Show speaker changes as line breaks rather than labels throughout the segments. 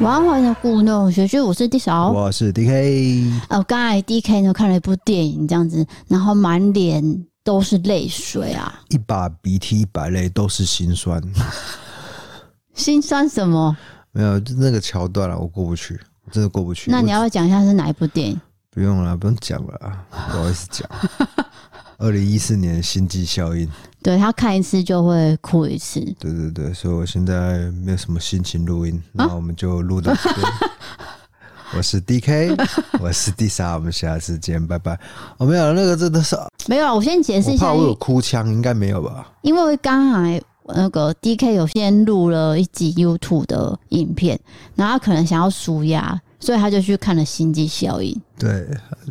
晚安，欢迎来到故弄学剧，我是 D 嫂。
我是 DK，
哦，刚才 D K 呢看了一部电影，这样子，然后满脸都是泪水啊，
一把鼻涕一把泪都是心酸，
心酸什么？
没有就那个桥段啊了，我过不去，我真的过不去。
那你要
我
不要讲一下是哪一部电影？
不用了，不用讲了啊，不好意思 讲。二零一四年的星际效应，
对他看一次就会哭一次，
对对对，所以我现在没有什么心情录音，
啊
那我们就录到 这边。我是 DK，我是 D 莎，我们下次见，拜拜。哦，没有了，那个真的是，
没有啊。我先解释一
我
下
怕，我有哭腔，应该没有吧？
因为刚才那个 D K 有先录了一集 YouTube 的影片，然后他可能想要舒压，所以他就去看了《心机效应》。
对，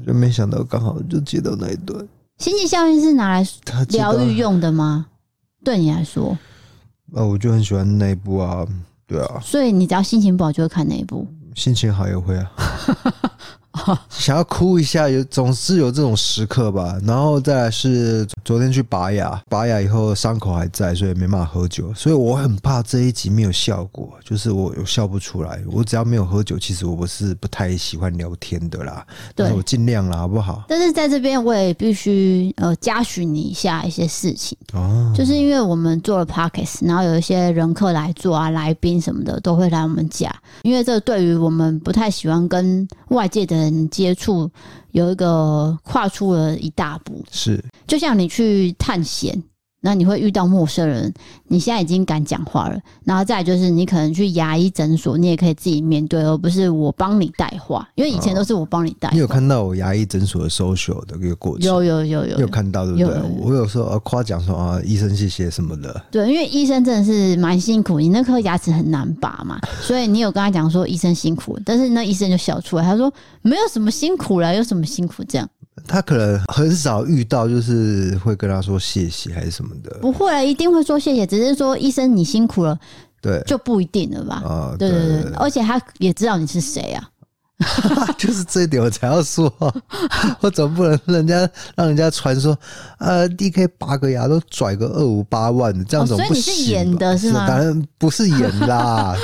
就没想到刚好就接到那一段，
《心机效应》是拿来
他接到
疗愈用的吗？对你来说，
啊，我就很喜欢那一部啊，对啊，
所以你只要心情不好就会看那一部。
心情好也会啊，想要哭一下，有总是有这种时刻吧。然后再来是昨天去拔牙，拔牙以后伤口还在，所以没办法喝酒，所以我很怕这一集没有效果，就是我我笑不出来。我只要没有喝酒，其实我不是不太喜欢聊天的啦，但是
对
我尽量啦，好不好？
但是在这边我也必须呃嘉许你一下一些事情，
哦，
就是因为我们做了 podcast，然后有一些人客来做啊，来宾什么的都会来我们家，因为这对于我们不太喜欢跟外界的人接触，有一个跨出了一大步。
是
就像你去探险，那你会遇到陌生人，你现在已经敢讲话了。然后再来就是，你可能去牙医诊所，你也可以自己面对，而不是我帮你带话，因为以前都是我帮你带话。
你有看到我牙医诊所的 social 的一个过程？
有有有有
你有看到对不
有
对
有有？
我有说呃夸奖说啊，医生谢谢什么的，
对，因为医生真的是蛮辛苦，你那颗牙齿很难拔嘛，所以你有跟他讲说医生辛苦，但是那医生就笑出来，他说没有什么辛苦了，有什么辛苦这样？
他可能很少遇到，就是会跟他说谢谢还是什么的。
不会，啊一定会说谢谢，只是说医生你辛苦了
对，
就不一定了吧？
啊，
对
对
对对，而且他也知道你是谁啊，
对 就是这一点我才要说， 我总不能人家让人家传说，呃，D K 拔个牙都拽个二五八万的，这样
哦
总
所以
不
你
行吧、
是演的是吗
当然不是演 啦，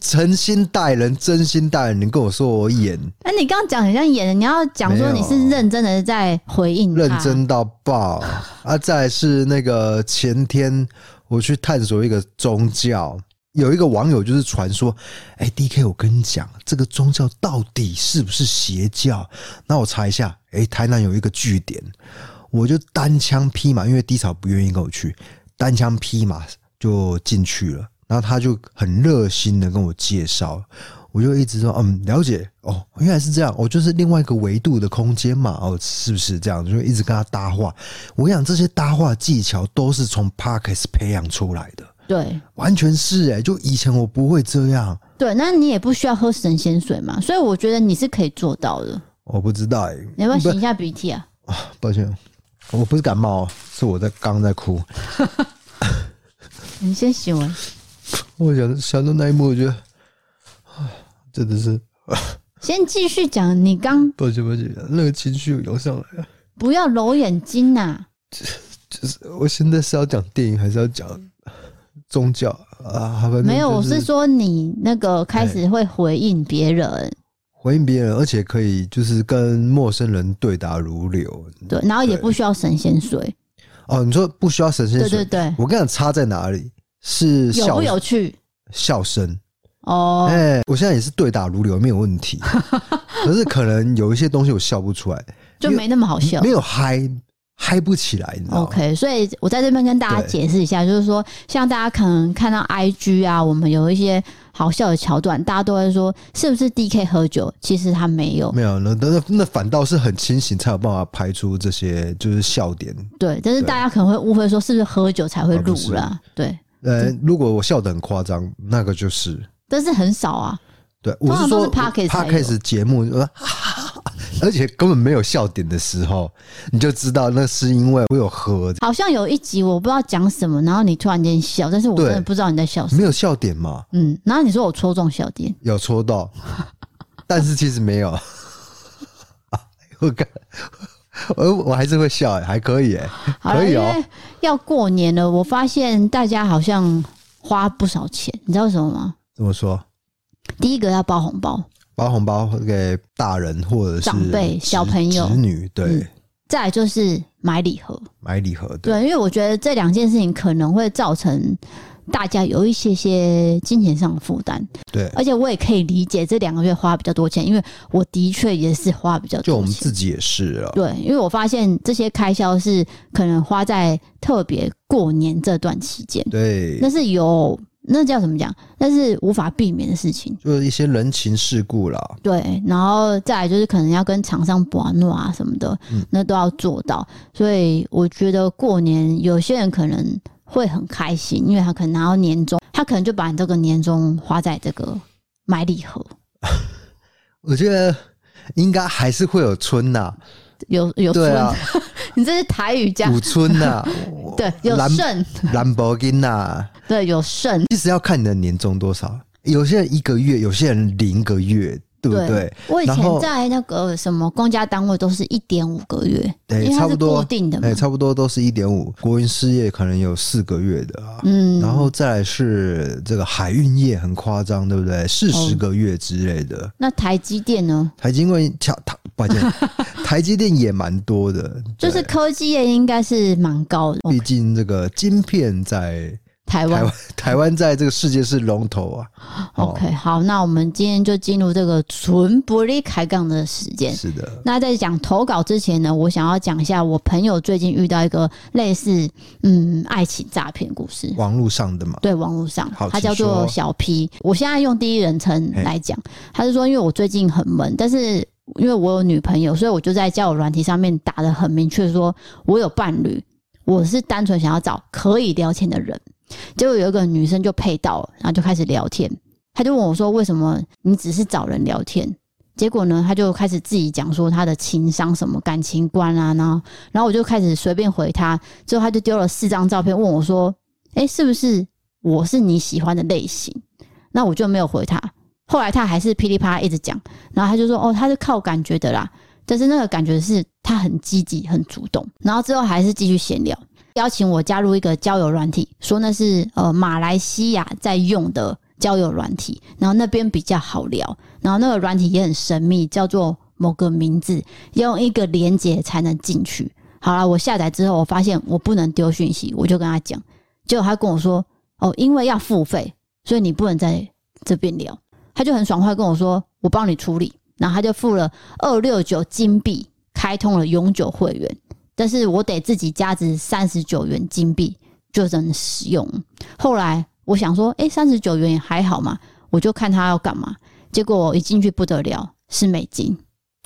诚心待人，真心待人。你跟我说我演，
那哎你刚刚讲很像演的，你要讲说你是认真的在回应他
啊认真到爆啊！再来是那个前天我去探索一个宗教，有一个网友就是传说，哎、d k 我跟你讲，这个宗教到底是不是邪教？那我查一下，哎、台南有一个据点，我就单枪匹马，因为低潮不愿意跟我去，单枪匹马就进去了。然后他就很热心的跟我介绍，我就一直说，嗯，了解哦，原来是这样，哦，就是另外一个维度的空间嘛，哦，是不是这样？就一直跟他搭话。我想这些搭话技巧都是从 Parkes 培养出来的，
对
完全是哎、就以前我不会这样，
对，那你也不需要喝神仙水嘛，所以我觉得你是可以做到的。
我不知道哎、
你要不要
不
擤一下鼻涕啊？
抱歉，我不是感冒，哦是我在刚在哭。
你先擤完。
我想想到那一幕，我觉得， 啊，真的是
先继续讲，你刚
抱歉抱歉，那个情绪涌上来了。
不要揉眼睛呐、
就是我现在是要讲电影，还是要讲宗教啊？反正
没有，
就
我是说你那个开始会回应别人，
回应别人，而且可嗯以就是跟陌生人对答如流。
对，然后也不需要神仙水，
哦，你说不需要神仙
对
水，
对对，
我跟你讲差在哪里是
有
笑
不有趣？
笑声。
哦，
哎、我现在也是对答如流，没有 问题。可是可能有一些东西我笑不出来，
就没那么好笑
没。有嗨嗨不起来，你知道吗
OK，所以我在这边跟大家
对
解释一下，就是说，像大家可能看到 IG 啊，我们有一些好笑的桥段，大家都会说是不是 DK 喝酒？其实他没有，
没有，那那那那反倒是很清醒，才有办法排出这些就是笑点。
对，但是
对
大家可能会误会说是不是喝酒才会
啊不
录
是
啦？对，
呃，如果我笑得很夸张，那个就是
但是很少啊。
对，
通
我
常
是
都
说
是 podcast 才有
podcast 节目，呃 哈哈哈而且根本没有笑点的时候，你就知道那是因为我有喝，
好像有一集我不知道讲什么，然后你突然间笑，但是我
对
真的不知道你在笑什么。
没有笑点嘛，
嗯，然后你说我戳中笑点，
有戳到， 但是其实没有。 我看，我我还是会笑、还可以、欸，
好了，
可以
因
哦
为要过年了，我发现大家好像花不少钱，你知道为什么吗？
怎么说？
第一个要包红包，
包红包给大人或者是
长辈
侄
小朋友
侄女，对，
嗯再来就是买礼盒。
买礼盒，对，
对，因为我觉得这两件事情可能会造成大家有一些些金钱上的负担，
对，
而且我也可以理解这两个月花比较多钱，因为我的确也是花比较
就我
多
们
钱
自。己也是啊，
对，因为我发现这些开销是可能花在特别过年这段期间，
对，
那是有那叫怎么讲？那是无法避免的事情。
就是一些人情世故啦，
对，然后再来就是可能要跟厂商保暖啊什么的，
嗯
那都要做到。所以我觉得过年有些人可能会很开心，因为他可能拿到年终，他可能就把你这个年终花在这个买礼盒，
我觉得应该还是会有春呐、
有有
对
剩，
啊，
你这是台语加
五春呐、
对有
兰
剩，
兰博基呐，
对有剩，
其实要看你的年终多少。有些人一个月，有些人零个月，对不对？
我以
然
前
后
在那个什么公家单位都是一点五个月，
对
因为它
差
是
不
固
多
定的嘛
哎、，差不多都是一点五。国营事业可能有四个月的啊，
嗯，
然后再来是这个海运业很夸张，对不对？四十个月之类的。
那台积电呢，
台积电，台台，抱歉，台积电也蛮多的，
就
对
是哦科技业应该是蛮高的，
毕竟这个晶片在
台
台
湾
湾，台湾在这个世界是龙头啊。哦
OK，好，那我们今天就进入这个纯不利开杠的时间。
是的，
那在讲投稿之前呢，我想要讲一下我朋友最近遇到一个类似嗯爱情诈骗故事，
网络上的嘛，
对网络上
好，
他叫
请
做
说
小 P。我现在用第一人称
嘿
来讲，他是说因为我最近很闷，但是因为我有女朋友，所以我就在交友软体上面打的很明确，说我有伴侣，我是单纯想要找可以聊天的人。结果有一个女生就配到了，然后就开始聊天，他就问我说：“为什么你只是找人聊天？”结果呢，他就开始自己讲说他的情商、什么感情观啊，然后，然后我就开始随便回他，之后他就丢了四张照片问我说：“哎，是不是我是你喜欢的类型？”那我就没有回他。后来他还是噼里啪啦一直讲，然后他就说：“哦，他是靠感觉的啦。”但是那个感觉是他很积极、很主动。然后之后还是继续闲聊，邀请我加入一个交友软体，说那是呃马来西亚在用的交友软体，然后那边比较好聊，然后那个软体也很神秘，叫做某个名字，要用一个连接才能进去。好了，我下载之后，我发现我不能丢讯息，我就跟他讲，结果他跟我说：“哦，因为要付费，所以你不能在这边聊。”他就很爽快跟我说：“我帮你处理。”然后他就付了二六九金币，开通了永久会员，但是我得自己加值三十九元金币就能使用。后来我想说，诶三十九元也还好嘛，我就看他要干嘛。结果我一进去不得了，是美金。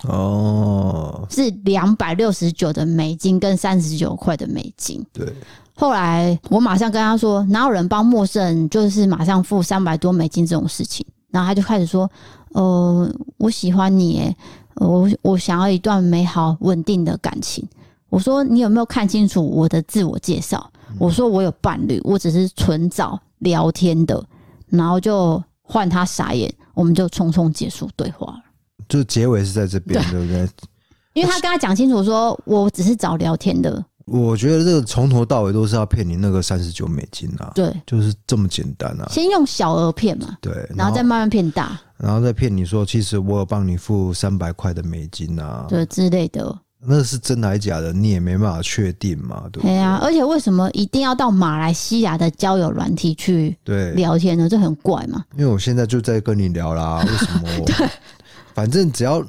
哦，
是两百六十九的美金跟三十九块的美金。
对，
后来我马上跟他说，哪有人帮陌生人就是马上付三百多美金这种事情？然后他就开始说，呃，我喜欢你耶，呃我我想要一段美好稳定的感情。我说你有没有看清楚我的自我介绍？我说我有伴侣，我只是纯找聊天的，然后就换他傻眼，我们就匆匆结束对话了。
就结尾是在这边，对不对？
因为他跟他讲清楚说，我只是找聊天
哦
的，
我觉得这个从头到尾都是要骗你那个三十九美金啊，
对，
就是这么简单啊。
先用小额骗嘛，
对，
然后再慢慢骗大，
然后再骗你说，其实我有帮你付三百块的美金啊，
对之类的。
那是真的还假的，你也没办法确定嘛，对不
对
对？
呀、而且为什么一定要到马来西亚的交友软体去
对，
聊天呢？这很怪嘛。
因为我现在就在跟你 聊啦，为什么我？反正只要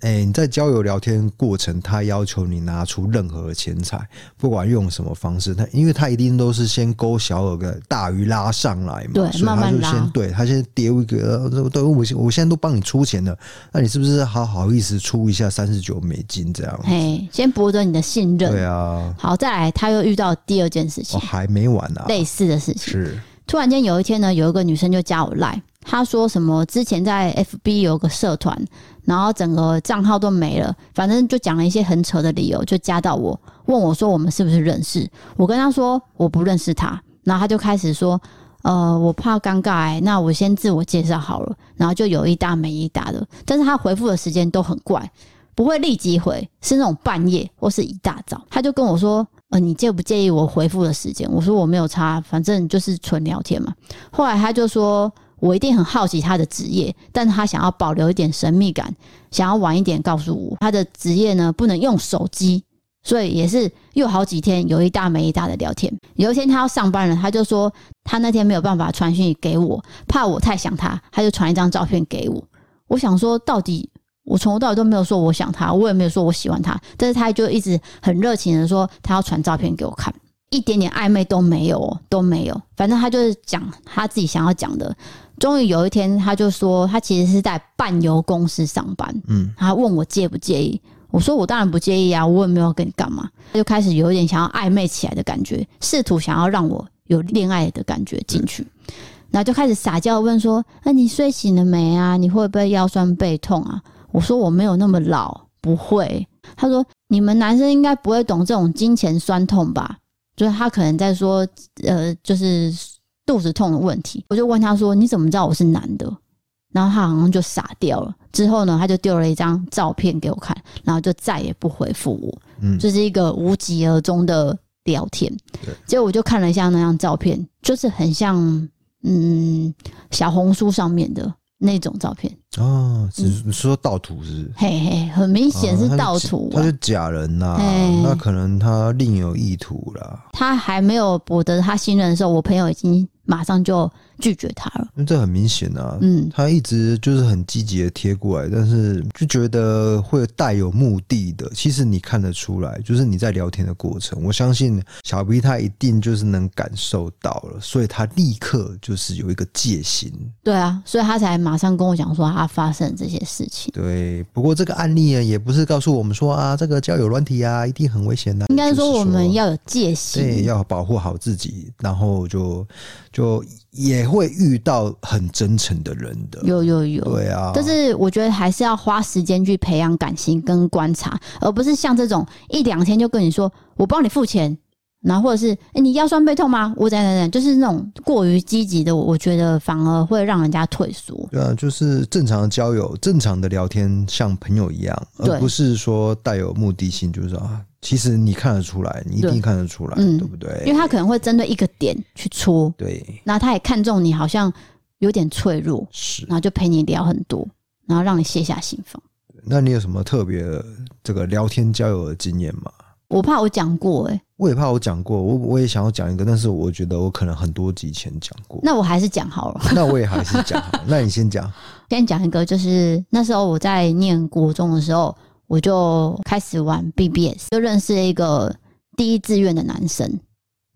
哎、你在交友聊天过程，他要求你拿出任何的钱财，不管用什么方式，他因为他一定都是先勾小饵的大鱼拉上来嘛，
对
所以
慢
他
慢
就
拉
先对他先丢一个，呃对我现我现在都帮你出钱了，那你是不是好好意思出一下三十九美金这样？
嘿，先博得你的信任。
哦对啊，
好，再来，他又遇到第二件事
我、
情，
还没完啊，
类似的事情。
是
突然间有一天呢，有一个女生就加我赖，她说什么之前在 FB 有个社团，然后整个账号都没了，反正就讲了一些很扯的理由，就加到我，问我说我们是不是认识？我跟她说我不认识她，然后她就开始说。呃，我怕尴尬、欸，那我先自我介绍好了，然后就有一搭没一搭的，但是她回复的时间都很怪，不会立即回，是那种半夜或是一大早，他就跟我说：“呃，你介不介意我回复的时间？”我说：“我没有差，反正就是纯聊天嘛。”后来他就说：“我一定很好奇他的职业，但他想要保留一点神秘感，想要晚一点告诉我他的职业呢，不能用手机。”所以也是又好几天有一搭没一搭的聊天。有一天他要上班了，他就说他那天没有办法传讯息给我，怕我太想他，他就传一张照片给我。我想说，到底我从头到尾都没有说我想他，我也没有说我喜欢他，但是他就一直很热情的说他要传照片给我看，一点点暧昧都没有，哦，都没有。反正他就是讲他自己想要讲的。终于有一天，他就说他其实是在伴游公司上班，
嗯，
他问我介不介意。我说我当然不介意啊，我也没有跟你干嘛。他就开始有一点想要暧昧起来的感觉，试图想要让我有恋爱的感觉进去。然后就开始撒娇地问说：“那、你睡醒了没啊？你会不会腰酸背痛啊？”我说：“我没有那么老，不会。”他说：“你们男生应该不会懂这种金钱酸痛吧？”就是他可能在说，呃，就是肚子痛的问题。我就问他说：“你怎么知道我是男的？”然后他好像就傻掉了。之后呢，他就丢了一张照片给我看，然后就再也不回复我。
嗯
就是一个无疾而终的聊天
对。
结果我就看了一下那张照片，就是很像嗯小红书上面的那种照片，
哦，只是说盗图是不是？
嘿嘿，很明显是
啊
盗图、
他
啊
是假人呐、
哎
那可能他另有意图啦，
他还没有博得他信任的时候，我朋友已经马上就拒绝他了。
因为这很明显啊。
嗯，
他一直就是很积极的贴过来，但是就觉得会带有目的的。其实你看得出来，就是你在聊天的过程，我相信小 B 他一定就是能感受到了，所以他立刻就是有一个戒心。
对啊，所以他才马上跟我讲说他发生这些事情。
对，不过这个案例呢，也不是告诉我们说啊，这个交友软体啊，一定很危险的、
应该
就是
说我们要有戒
对，
心，
要保护好自己，然后就就也会遇到很真诚的人的。
有有有，
对啊，
但是我觉得还是要花时间去培养感情跟观察，而不是像这种一两天就跟你说我帮你付钱，然后或者是、诶你腰酸背痛吗？我怎样怎样，就是那种过于积极的，我我觉得反而会让人家退缩。
对啊，就是正常的交友、正常的聊天，像朋友一样，
对
而不是说带有目的性，就是说啊，其实你看得出来，你一
对
定看得出来，
嗯
对不对？
因为他可能会针对一个点去戳，
对
然后他也看中你好像有点脆弱，
是
然。后就陪你聊很多，然后让你卸下心防。
那你有什么特别的这个聊天交友的经验吗？
我怕我讲过、欸，
我也怕我讲过，我我也想要讲一个，但是我觉得我可能很多集前讲过，
那我还是讲好了。
那我也还是讲好，那你先讲。
先讲一个，就是那时候我在念国中的时候，我就开始玩 BBS，就认识了一个第一志愿的男生，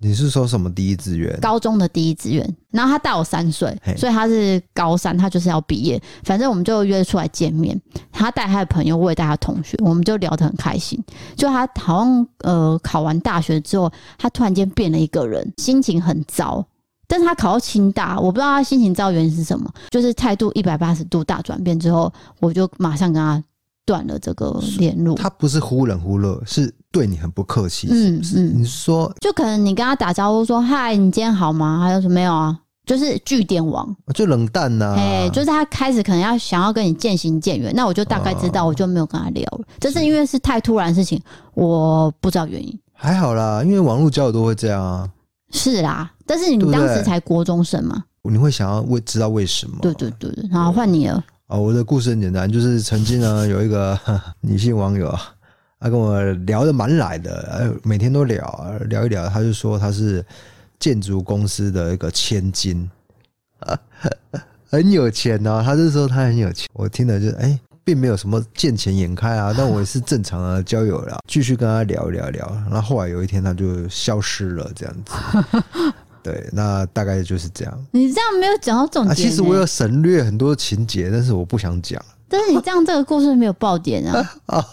你是说什么第一志愿？
高中的第一志愿。然后他大我三岁
嘿，
所以他是高三，他就是要毕业。反正我们就约出来见面，他带他的朋友，我也带他的同学，我们就聊得很开心。就他好像呃考完大学之后，他突然间变了一个人，心情很糟。但是他考到清大，我不知道他心情糟原因是什么，就是态度一百八十度大转变之后，我就马上跟他断了这个联络。
他不是忽冷忽热，是对你很不客气，是不是？
嗯嗯
你是说
就可能你跟他打招呼说：“嗨，你今天好吗？”他就说：“没有啊。”就是据点王，
哦就冷淡呐、
哎、就是他开始可能要想要跟你渐行渐远，那我就大概知道，
哦
我就没有跟他聊了。这是因为是太突然的事情，我不知道原因。
还好啦，因为网络交友都会这样啊，
是啦，但是你
对不
当
对
时才国中生嘛，
你会想要为知道为什么？
对对对对。
哦
然后换你了，
啊、我的故事很简单，就是曾经呢有一个女性网友啊，他跟我聊的蛮来的，呃，每天都聊呃聊一聊，他就说他是建筑公司的一个千金，很有钱哦。他就说他很有钱，我听了就哎、并没有什么见钱眼开啊，但我也是正常的交友啦，继续跟他聊一聊聊。然后后来有一天他就消失了，这样子。 对，那大概就是这样。
你这样没有讲到重
啊，
点、
其实我有，省略很多情节，但是我不想讲
但是你这样这个故事没有爆点 啊。
啊。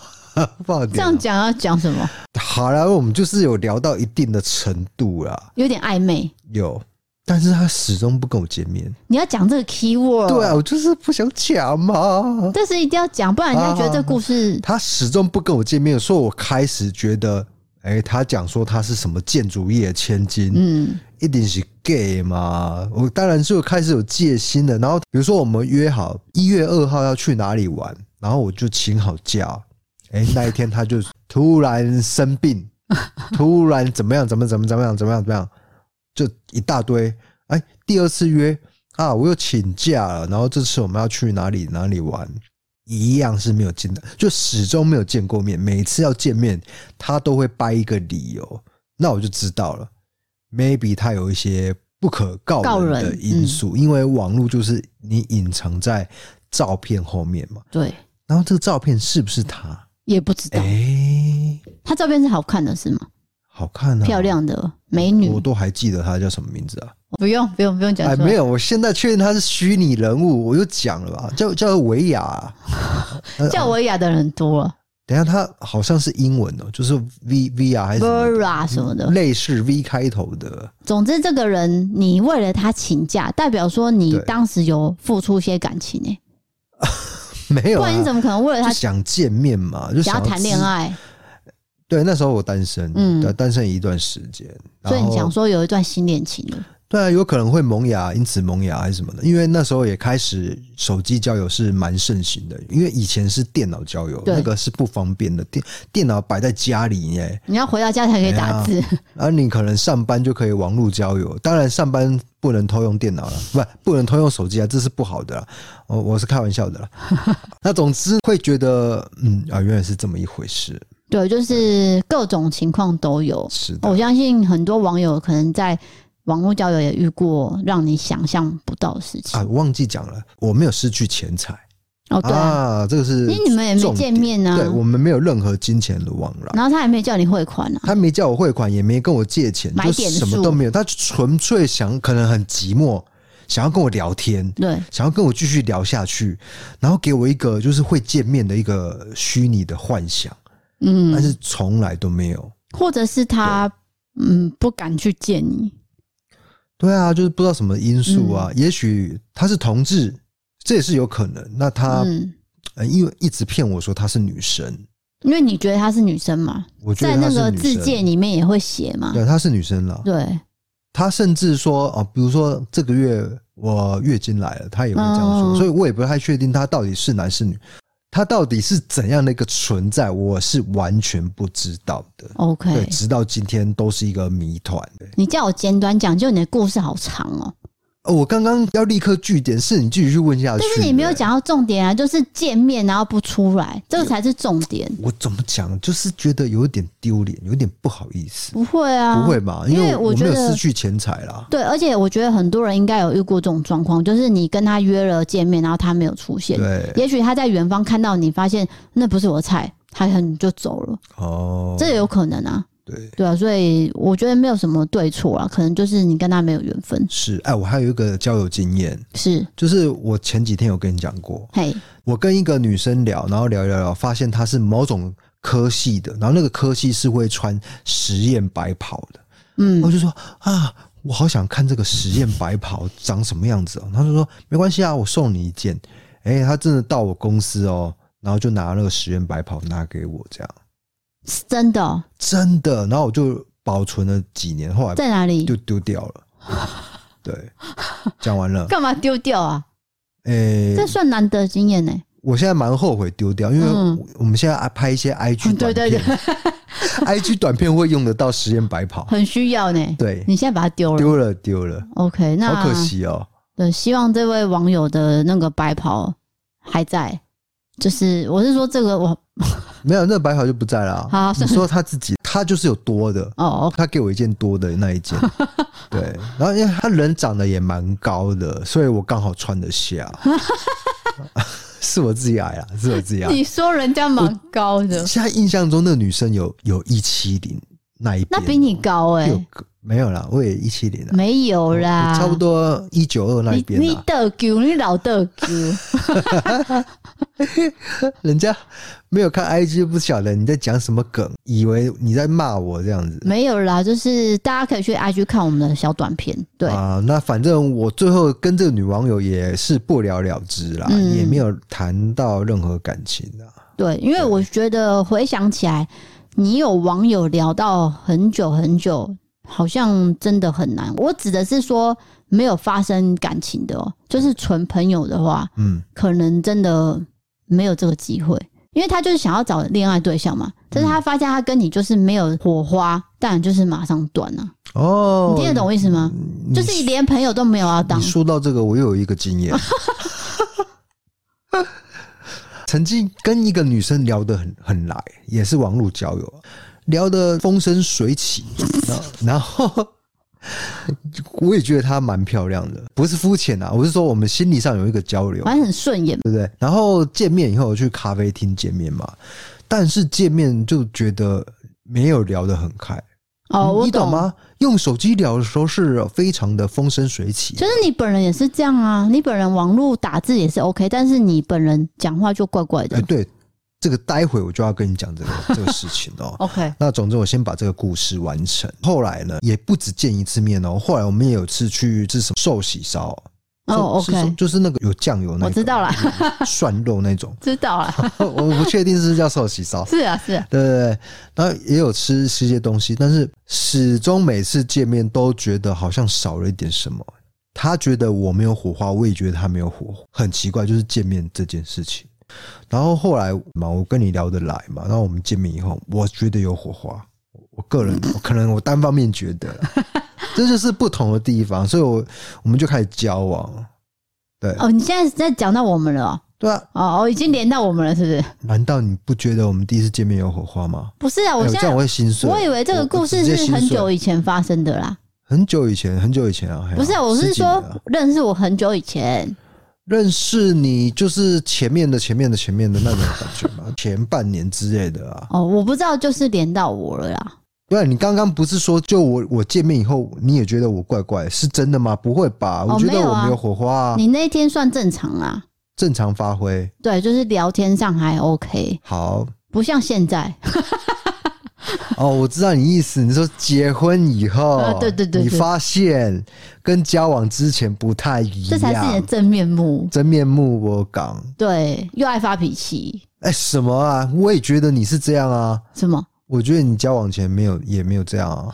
不好
这
讲
样，讲要讲什么？
好了，我们就是有聊到一定的程度啦，
有点暧昧。
有，但是他始终不跟我见面。
你要讲这个 key word，
对啊，，我就是不想讲嘛。
但是一定要讲，不然人家觉得这故事
他始终不跟我见面，所以我开始觉得，哎、他讲说他是什么建筑业千金，
嗯，
一定是 gay 嘛。我当然就开始有戒心了。然后比如说我们约好一月二号要去哪里玩，然后我就请好假。哎、那一天他就突然生病，突然怎么样怎么怎么怎么样怎么样怎么样，就一大堆。哎、第二次约啊，我又请假了。然后这次我们要去哪里哪里玩，一样是没有见的，就始终没有见过面。每次要见面，他都会掰一个理由，那我就知道了。maybe 他有一些不可告人
告
的
人
因素，因为网络就是你隐藏在照片后面嘛。
对，
然后这个照片是不是他？
也不知道
哎、。
她照片是好看的，是吗？
好看啊，
漂亮的美女
我，都还记得他叫什么名字啊？
不用不用不用讲
哎，
出来
没，有，我现在确认他是虚拟人物，我就讲了吧，叫叫维亚啊。
叫维亚的人很多了
等一下，他好像是英文哦，就是 V V 啊还是什么的嗯
，Vera 什么的。
类似 V 开头的，
总之，这个人你为了他请假，代表说你
对
当时有付出一些感情诶、
没有、
不
啊，
然你怎么可能为了他
就想见面嘛？就
想要
要
谈恋
知
爱？
对，那时候我单身，
嗯
对，单身一段时间，然
所以你
后
想说有一段新恋情了，
对啊，有可能会萌芽，因此萌芽还是什么的，因为那时候也开始手机交友是蛮盛行的，因为以前是电脑交友，
对
那个是不方便的，电电脑摆在家里耶，
你要回到家才可以
哎
打字，
而你可能上班就可以网络交友，当然上班不能偷用电脑了， 不不能偷用手机啊，这是不好的啦，我我是开玩笑的 啦。那总之会觉得，嗯啊，原来是这么一回事，
对，就是各种情况都有。
是的，
我相信很多网友可能在网络交友也遇过让你想象不到的事情
啊，。我忘记讲了，我没有失去钱财。
哦，对啊、
啊，这个是
因为你们也没
重
见
点
面啊
对我们没有任何金钱的往来。
然后他也没叫你汇款啊，
他没叫我汇款，也没跟我借钱，
买
就
点
什么
数
都没有。他纯粹想，可能很寂寞，想要跟我聊天，
对，
想要跟我继续聊下去，然后给我一个就是会见面的一个虚拟的幻想，但
嗯，
是从来都没有。
或者是他嗯不敢去见你，
对啊，就是不知道什么因素啊。
嗯
也许他是同志，这也是有可能。那他、
嗯，
呃因为一直骗我说他是女生，
因为你觉得她是女生嘛，
我觉
在
得
那
他是
个
女
字
生。
界里面也会写嘛，
对，她是女生了。
对，
他甚至说哦，比如说这个月我月经来了，他也会这样说，
嗯
所以我也不太确定他到底是男是女，他到底是怎样的一个存在，我是完全不知道的。对，
OK，
直到今天都是一个谜团。对
你叫我简短讲，就你的故事好长哦，
哦，我刚刚要立刻据点，是你继续去问下去，
但是你没有。讲到重点啊，就是见面然后不出来，这个才是重点。
我怎么讲？就是觉得有点丢脸，有点不好意思。
不会啊，
不会吧？
因
因
为
为我
我觉
没有
得
失去钱财啦。
对，而且我觉得很多人应该有遇过这种状况，就是你跟他约了见面，然后他没有出现，
对，
也许他在远方看到你，发现那不是我的菜，他可能就走了，
哦，
这也有可能啊，
对。
对啊，所以我觉得没有什么对错啊，可能就是你跟他没有缘分，
是，哎，我还有一个交友经验，
是，
就是我前几天有跟你讲过，
嘿，
我跟一个女生聊，然后聊一聊聊，发现她是某种科系的，然后那个科系是会穿实验白袍的，我
嗯，
就说啊，我好想看这个实验白袍长什么样子哦。然后就说没关系啊，我送你一件。哎、她真的到我公司哦，然后就拿那个实验白袍拿给我，这样
是真的哦、
真的，然后我就保存了几年，后来
在哪里？
就啊丢掉了。对，讲 完了。
干嘛丢掉啊？
哎、
这算难得经验呢、
我现在蛮后悔丢掉，因为
嗯
我们现在啊拍一些 IG
对
短片、
对对
i g 短片会用得到实验白跑，
很需要呢、
对，
你现在把它丢了
丢了丢了，
，OK，那
好可惜哦。
对，希望这位网友的那个白袍还在，就是我是说这个我
没有，那白袍就不在了
好
啊。你说他自己，他就是有多的，
哦
他给我一件多的那 一件，对。然后因为他人长得也蛮高的，所以我刚好穿 得下。是我自己矮啊，是我自己矮。
你说人家蛮高的，
现在印象中那个女生有有一七零那一边，
那比你高哎、
哦有个没有啦，我也一七零啊，
没有哦啦，
差不。多一九二那一
你
边啊
你
啦。
的狗，你老的狗，
人家没有看 IG 不晓得你在讲什么梗，以为你在骂我这样子。
没有啦，就是大家可以去 IG 看我们的小短片，对，
啊，那反正我最后跟这个女网友也是不了了之啦，
嗯
也没有谈到任何感情啊。
对，因为我觉得回想起来，你有网友聊到很久很久，好像真的很难。我指的是说没有发生感情的、哦，就是纯朋友的话，
嗯，
可能真的没有这个机会，因为他就是想要找恋爱对象嘛。但是他发现他跟你就是没有火花，当然就是马上断了、
哦，
你听得懂我意思吗？
你
就是连朋友都没有要当
你。说到这个，我又有一个经验， 曾经跟一个女生聊得很很来，也是网络交友，聊得风生水起，然后然后我也觉得她蛮漂亮的，不是肤浅啊，我是说我们心理上有一个交流，
反正很顺眼，
对不对？然后见面以后去咖啡厅见面嘛，但是见面就觉得没有聊得很开。
哦，我
你懂？吗？用手机聊的时候是非常的风生水起，
就是你本人也是这样啊，你本人网络打字也是 OK，但是你本人讲话就怪怪
哎、
的。
对，这个待会我就要跟你讲这个这个事情哦。
OK，
那总之，我先把这个故事完成。后来呢，也不止见一次面哦。后来我们也有一次去吃什么寿喜烧，
哦
寿是
，OK，
就是那个有酱油那
我
个，
知道了，。
涮肉那种
知道了，
我不确定是不是叫寿喜烧，
是啊，是啊，
对对对。然后也有吃吃一些东西，但是始终每次见面都觉得好像少了一点什么。他觉得我没有火花，我也觉得他没有火花，很奇怪，就是见面这件事情。然后后来嘛，我跟你聊得来嘛，然后我们见面以后，我觉得有火花。我个人，我可能我单方面觉得啦， 这就是不同的地方，所以我我们就开始交往。对
哦，你现在是在讲到我们了哦
对啊，
哦，哦，已经连到我们了，是不是？
难道你不觉得我们第一次见面有火花吗？
不是啊，
哎
我
呦
现
这
在
样我会心碎。
我以为这个故事
我直接
是
心
很
碎
久以前发生的啦，
很久以前，很久以前啊，嘿啊
不是啊，我
十
是
几
说
年了
认识我很久以前，
认识你就是前面的前面的前面的那种感觉嘛， 前半年之类的啊。
哦，我不知道就是连到我了啦，
对啊，你刚刚不是说就我我见面以后你也觉得我怪怪，是真的吗？不会吧？
哦
我觉得
没有
我
啊
没有火花啊，
你那天算正常啦，
正常发挥。
对，就是聊天上还 OK，
好
不像现在，
哦，我知道你意思，你说结婚以后，
啊对对对
你
对
发现跟交往之前不太一样，
这才是你的真面目。
真面目我讲。
对，又爱发脾气，
哎、什么啊？我也觉得你是这样啊。
什么？
我觉得你交往前没有，也没有这样啊。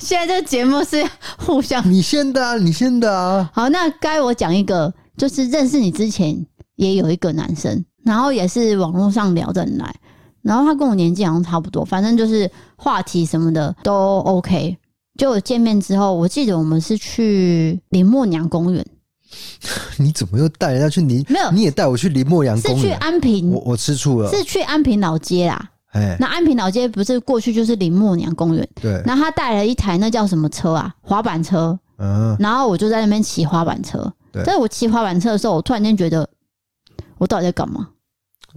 现在这个节目是互 相
你现的啊，你现的啊，
好，那该我讲一个，就是认识你之前也有一个男生，然后也是网络上聊得很来，然后他跟我年纪好像差不多，反正就是话题什么的都 OK。就我见面之后，我记得我们是去林默娘公园，
你怎么又带人家去你？
没有
你也带我去林默阳
是
公
去
园。
安平
我，呃我吃醋了。
是去安平老街啦。
哎，
那安平老街不是过去就是林默娘公园，
对，
然后他带了一台那叫什么车啊，滑板车，
嗯，
然后我就在那边骑滑板车
对。
在我骑滑板车的时候，我突然间觉得，我到底在干嘛？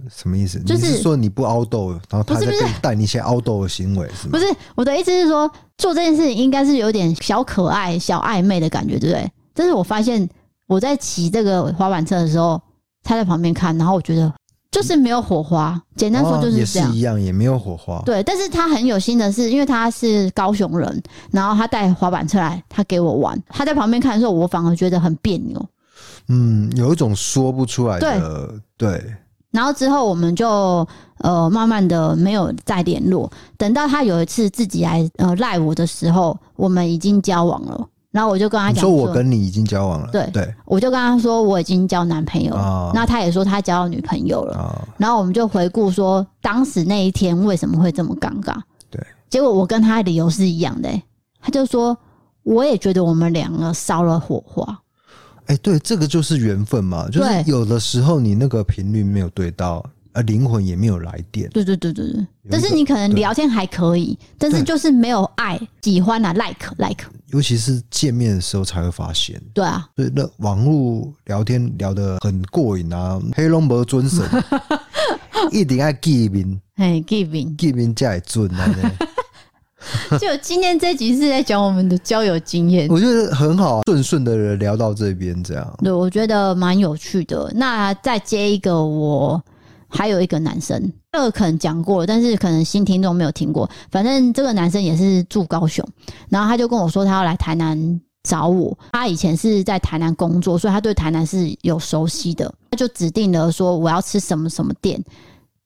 什么意思？
就是
你是说你不凹斗，然后他
不是
在
不是
跟你带你一些凹斗的行为，是吗？
不是我的意思是说，做这件事情应该是有点小可爱、小暧昧的感觉，对不对？但是我发现我在骑这个滑板车的时候，他在旁边看，然后我觉得就是没有火花。简单说
哦
就
也
这
是
样。
一样，也没有火花。
对，但是他很有心的是，因为他是高雄人，然后他带滑板车来，他给我玩。他在旁边看的时候，我反而觉得很别扭。
嗯，有一种说不出来的，对，
然后之后我们就呃慢慢的没有再联络，等到他有一次自己来呃赖我的时候，我们已经交往了。然后我就跟他
你
讲
说我跟你已经交往了，
对
对
我就跟他说我已经交男朋友了，
哦
那他也说他交女朋友了。
啊，
然后我们就回顾说当时那一天为什么会这么尴尬。
对，
结果我跟他的理由是一样的、欸他就说我也觉得我们两个烧了火花。
哎、对，这个就是缘分嘛，就是
对
有的时候你那个频率没有对到，而灵魂也没有来电。
对对对对对，
有
但
一
是
个
你可能
对
聊天还可以，但是
对
就是没有爱、喜欢啊、like like，
尤其是见面的时候才会发现。
对啊，
所以那网络聊天聊得很过瘾啊，黑龙没 准绳，一定要见面，
哎，giving。
见面才会准啊呢。
就今天这集是在讲我们的交友经验，
我觉得很好啊，顺顺的聊到这边这样。
对我觉得蛮有趣的。那再接一个我。还有一个男生，这个可能讲过，但是可能新听众没有听过。反正这个男生也是住高雄，然后他就跟我说他要来台南找我。他以前是在台南工作，所以他对台南是有熟悉的。他就指定了说我要吃什么什么店，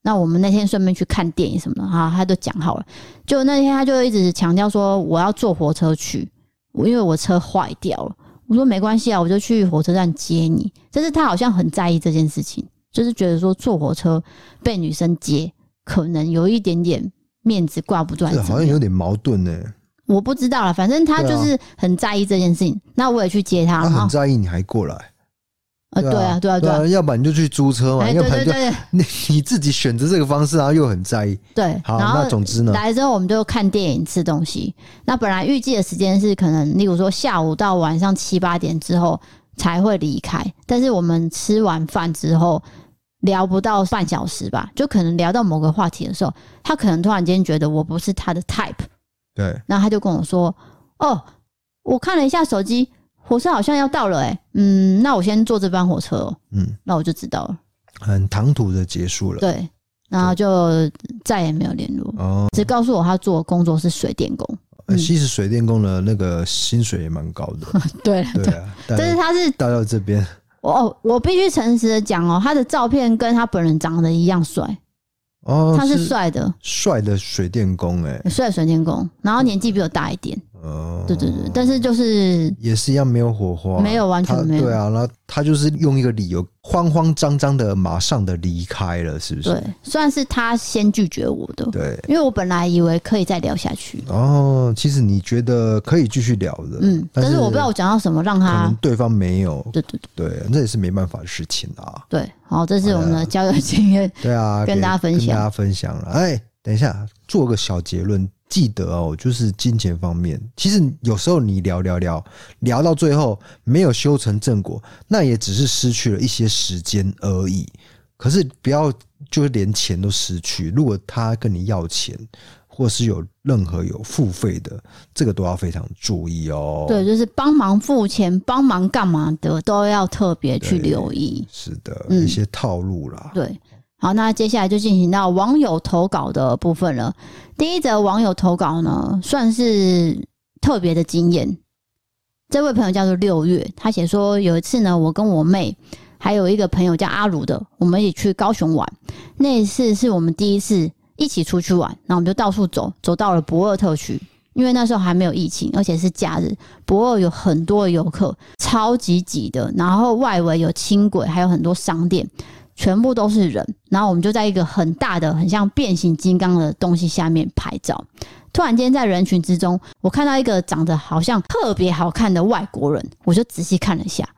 那我们那天顺便去看电影什么的哈，他都讲好了。就那天他就一直强调说我要坐火车去，我因为我车坏掉了。我说没关系啊，我就去火车站接你。但是他好像很在意这件事情，就是觉得说坐火车被女生接，可能有一点点面子挂不住还是
这
怎么样，
啊好像有点矛盾呢、
我不知道了，反正他
对啊
就是很在意这件事情。那我也去接他
他
了
很
哈。
在意你还过来，
呃，对啊，对啊，对啊，
要不然你就去租车嘛，
哎，对
要不
对
然就
对
你你自己选择这个方式，然后又很在意。
对。
好，
然后
那总之呢，
来之后我们就看电影、吃东西。那本来预计的时间是可能，例如说下午到晚上七八点之后才会离开，但是我们吃完饭之后聊不到半小时吧，就可能聊到某个话题的时候，他可能突然间觉得我不是他的 type，
对，
然后他就跟我说：“哦，我看了一下手机，火车好像要到了、欸，哎，嗯，那我先坐这班火车、 哦。
嗯，”
那我就知道了，
很唐突的结束了。
对，然后就再也没有联络，
哦，
只告诉我他做的工作是水电工。嗯
西实水电工的那个薪水也蛮高的，
对
对
对，
啊，
但
但
是他是
带到这边，
哦，我必须诚实的讲哦，他的照片跟他本人长得一样帅，
哦，
他是帅的，
帅的水电工哎、
帅的水电工，然后年纪比我大一点，
哦，
对对对，但是就是
也是一样没有火花，
没有完全
他
没有
对啊，那他就是用一个理由慌慌张张的马上的离开了，是不是？
对，算是他先拒绝我的，
对，
因为我本来以为可以再聊下去，
哦，其实你觉得可以继续聊的，
嗯，但是我不知道我讲到什么让
可
他
能，对方没有，
对对对
对，那也是没办法的事情啊。
对，好，这是我们
哎呀
的交友经验，
对啊，
跟
给
大家分享
跟大家分享了。哎，等一下，做个小结论，记得哦，就是金钱方面，其实有时候你聊聊聊聊到最后没有修成正果，那也只是失去了一些时间而已。可是不要就是连钱都失去，如果他跟你要钱。或是有任何有付费的，这个都要非常注意哦。
对，，就是帮忙付钱、帮忙干嘛的都要特别去留意，
是的，
嗯
一些套路啦。
对。好，那接下来就进行到网友投稿的部分了。第一则网友投稿呢，算是特别的经验。这位朋友叫做六月，他写说有一次呢，我跟我妹还有一个朋友叫阿鲁的，我们一起去高雄玩。那一次是我们第一次一起出去玩，然后我们就到处走，走到了博尔特区。因为那时候还没有疫情，而且是假日，博尔有很多游客，超级挤的。然后外围有轻轨，还有很多商店，全部都是人。然后我们就在一个很大的、很像变形金刚的东西下面拍照。突然间，在人群之中，我看到一个长得好像特别好看的外国人，我就仔细看了一下，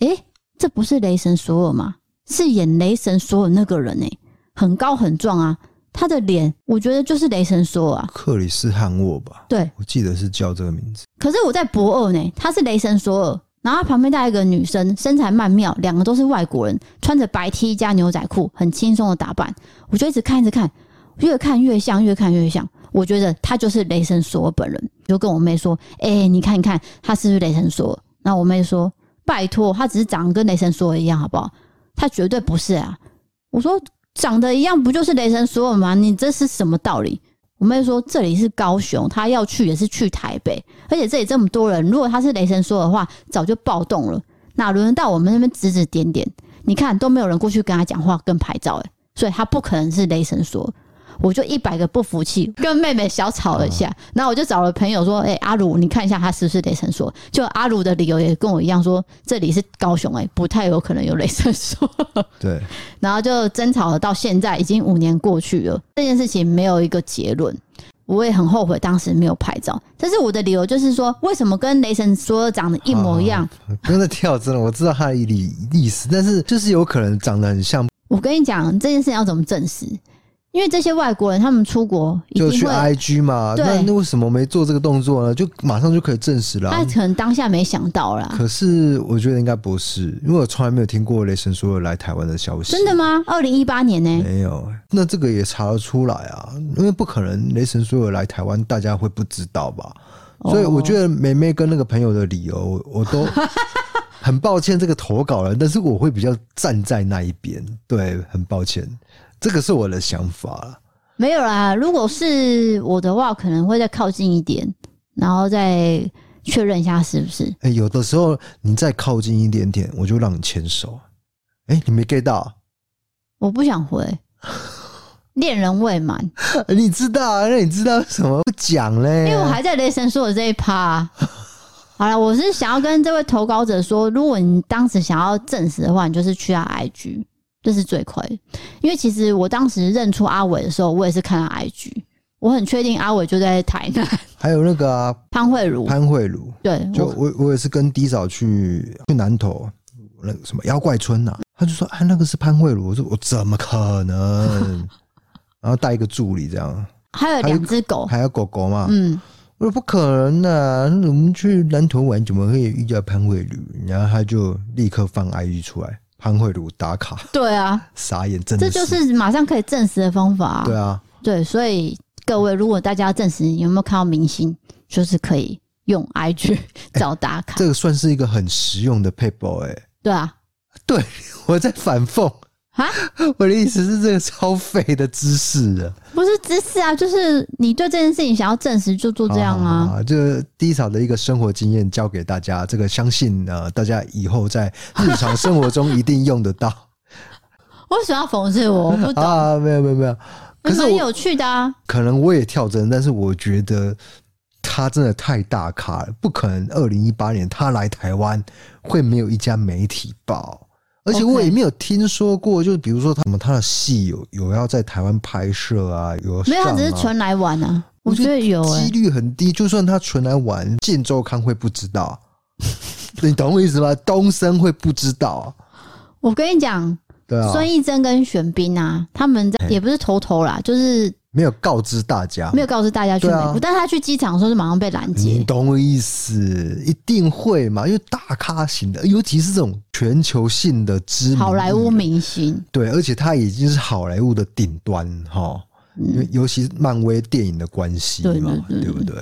诶、这不是雷神索尔吗？是演雷神索尔那个人诶、很高很壮啊，他的脸我觉得就是雷神索尔啊。
克里斯汉沃吧，
对，
我记得是叫这个名字。
可是我在博二呢，他是雷神索尔，然后他旁边带一个女生，身材曼妙，两个都是外国人，穿着白 T 加牛仔裤，很轻松的打扮。我就一直看，一直看，越看越像，越看越像。我觉得他就是雷神索尔本人，就跟我妹说：“哎、你看，你看，他是不是雷神索尔？”那我妹哎说：“拜托，他只是长得跟雷神索尔一样，好不好？他绝对不是啊！”我说：“长得一样不就是雷神索尔吗？你这是什么道理？”我妹说：“这里是高雄，他要去也是去台北，而且这里这么多人，如果他是雷神说的话，早就暴动了，哪轮得到我们那边指指点点？你看都没有人过去跟他讲话跟拍照、欸，所以他不可能是雷神说。我就一百个不服气，跟妹妹小吵了一下，然后我就找了朋友说：“哎、阿鲁，你看一下他是不是雷神说？”就阿鲁的理由也跟我一样说，这里是高雄、欸，哎，不太有可能有雷神说。
对，
然后就争吵了到现在，已经五年过去了，这件事情没有一个结论。我也很后悔当时没有拍照。但是我的理由就是说，为什么跟雷神说长得一模一样？
啊跟着跳真的，我知道他的意意思，但是就是有可能长得很像，
我跟你讲这件事情要怎么证实，因为这些外国人他们出国一
就
定
去
会，
IG 嘛。
对
那那为什么没做这个动作呢？就马上就可以证实了啊、
他可能当下没想到啦。
可是我觉得应该不是，因为我从来没有听过雷神说有来台湾的消息。
真的吗？二零一八年呢、
没有，那这个也查得出来啊，因为不可能雷神说有来台湾，大家会不知道吧？所以我觉
得
得梅梅跟那个朋友的理由，我我 都很抱歉这个投稿了，但是我会比较站在那一边，对，很抱歉，这个是我的想法啦。
没有啦。如果是我的话，可能会再靠近一点，然后再确认一下是不是。
哎、有的时候你再靠近一点点，我就让你牵手。哎、你没 get 到？
我不想回，恋人未满，
哎 你知道啊？那你知道为什么不讲嘞？
因为我还在雷神说的这一趴啊、 好了，我是想要跟这位投稿者说，如果你当时想要证实的话，你就是去他 IG，这是最快的。因为其实我当时认出阿伟的时候，我也是看他 IG，我很确定阿伟就在台南
还有那个啊，
潘慧茹。
潘慧茹，
对，
就
我
我我也是跟迪嫂去去南投那个什么妖怪村呐、啊，他就说啊那个是潘慧茹，我说我怎么可能？然后带一个助理这样，
还有两只狗，
还有狗狗嘛，
哦嗯，
我说不可能的、那我们去南投玩怎么会遇到潘慧茹？然后他就立刻放 IG 出来，潘慧茹打卡，
对啊，
傻眼，真
这
的
就、是马上可以证实的方法、啊。
对啊，
对，所以各位，如果大家要证实有没有看到明星，就是可以用 IG 找打卡。
这个算是一个很实用的 paper 哎、
对啊，
对我在反讽
啊，
我的意思是这个超废的知识的。
不是知识啊，就是你对这件事情想要证实，就做这样
好好好
啊。
好这低潮的一个生活经验教给大家，这个相信呃，大家以后在日常生活中一定用得到
为什么要讽刺我？我不 懂，
啊！没有没有没有，可是
蛮
我
有趣的啊。
可能我也跳针，但是我觉得他真的太大咖了，不可能二零一八年他来台湾会没有一家媒体报。而且
OK
我也没有听说过，就是比如说他们他的戏有有要在台湾拍摄啊，有
没有，他
上
只是
啊
纯来玩啊。我觉得有哎、
几率很低，就算他存来玩，建周刊会不知道， 你懂我意思吗？东升会不知道，
我跟你讲，
对啊，
孙艺珍跟玄彬啊，他们在也不是偷偷啦，就是
没有告知大家，
没有告诉大家去美
对
国，
啊
但他去机场的时候就马上被拦
你
截。
懂我意思，一定会嘛？因为大咖型的，尤其是这种全球性的知名
好莱坞
艺人，
明星，
对，而且他已经是好莱坞的顶端哈，尤、尤其是漫威电影的关系
嗯对
嘛，
对对嗯
不对？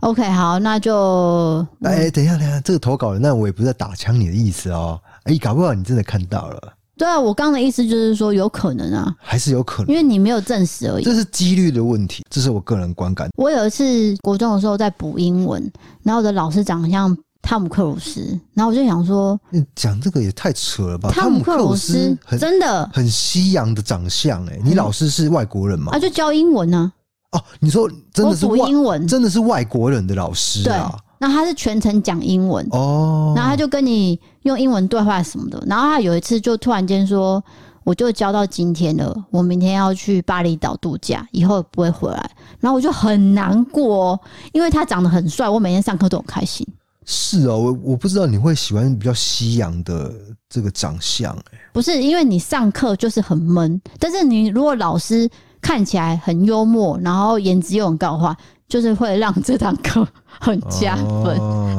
OK，好，那就
哎、等一下，等一下，这个投稿人，那我也不是在打枪你的意思哦，哎、搞不好你真的看到了，
对啊，我刚刚的意思就是说有可能啊，
还是有可能
因。为你没有证实而已。
这是几率的问题，这是我个人观感。
我有一次国中的时候在补英文，然后我的老师长得像汤姆克鲁斯，然后我就想说，
你讲这个也太扯了吧？
汤
哦姆
克
克鲁
斯
斯很
真嗯的
很西洋的长相哎、你老师是外国人吗
啊，？就教英文呢、
哦，你说真
我
的是
补
外
英文，
真的是外国人的老师
对
啊？，
那他是全程讲英文，
哦，
然后他就跟你用英文对话什么的，然后他有一次就突然间说，我就教到今天了，我明天要去巴厘岛度假，以后不会回来，然后我就很难过、哦，因为他长得很帅，我每天上课都很开心。
是哦，我我不知道你会喜欢比较西洋的这个长相哎、
不是因为你上课就是很闷，但是你如果老师看起来很幽默，然后颜值又很高的话，就是会让这堂课很加分。
哦、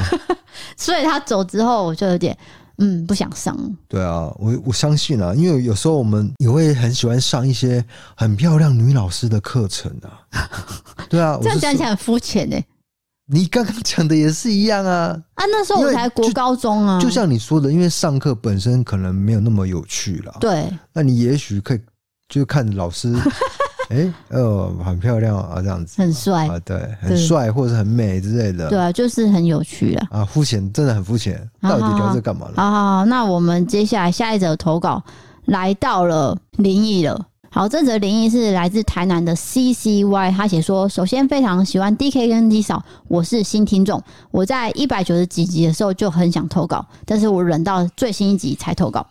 所以他走之后，我就有点嗯不想上。
对啊，我我相信啊，因为有时候我们也会很喜欢上一些很漂亮女老师的课程啊。对啊，我
这样讲
是说
起来很肤浅呢。
你刚刚讲的也是一样啊，
啊，那时候
因
我
为
才国
就
高中啊，
就像你说的，因为上课本身可能没有那么有趣啦。，
对
那你也许可以就看着 老师，哎、呃，很漂亮啊，这样子
很帅，
啊，对，很
对
帅或者很美之类的。
对啊，就是很有趣啦。
啊，肤浅真的很肤浅，
好
到底
好
聊
好
这干嘛呢？
好好好，那我们接下来下一则投稿来到了灵异了。好，这则灵异是来自台南的 C C Y，他写说：首先非常喜欢 D K 跟 D 嫂，我是新听众，我在一百九十几集的时候就很想投稿，但是我忍到最新一集才投稿。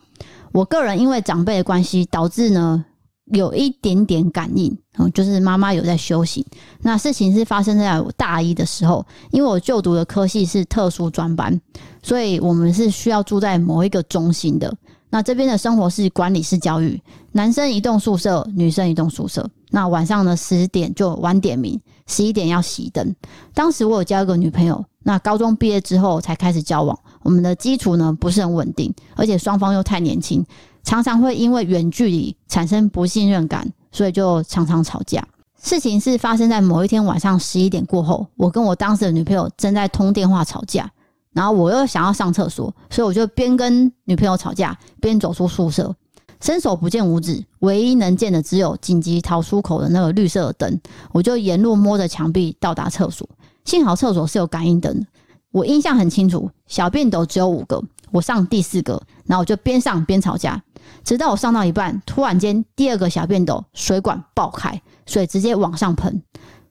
我个人因为长辈的关系，导致呢有一点点感应，嗯，就是妈妈有在修行。那事情是发生在我大一的时候，因为我就读的科系是特殊专班，所以我们是需要住在某一个中心的。那这边的生活是管理式教育，男生一栋宿舍，女生一栋宿舍。那晚上呢，十点就晚点名，十一点要熄灯。当时我有交一个女朋友，那高中毕业之后才开始交往。我们的基础呢不是很稳定，而且双方又太年轻，常常会因为远距离产生不信任感，所以就常常吵架。事情是发生在某一天晚上十一点过后，我跟我当时的女朋友正在通电话吵架，然后我又想要上厕所，所以我就边跟女朋友吵架，边走出宿舍，伸手不见五指，唯一能见的只有紧急逃出口的那个绿色的灯。我就沿路摸着墙壁到达厕所，幸好厕所是有感应灯的，我印象很清楚，小便斗只有五个，我上第四个，然后我就边上边吵架，直到我上到一半，突然间第二个小便斗水管爆开，水直接往上喷。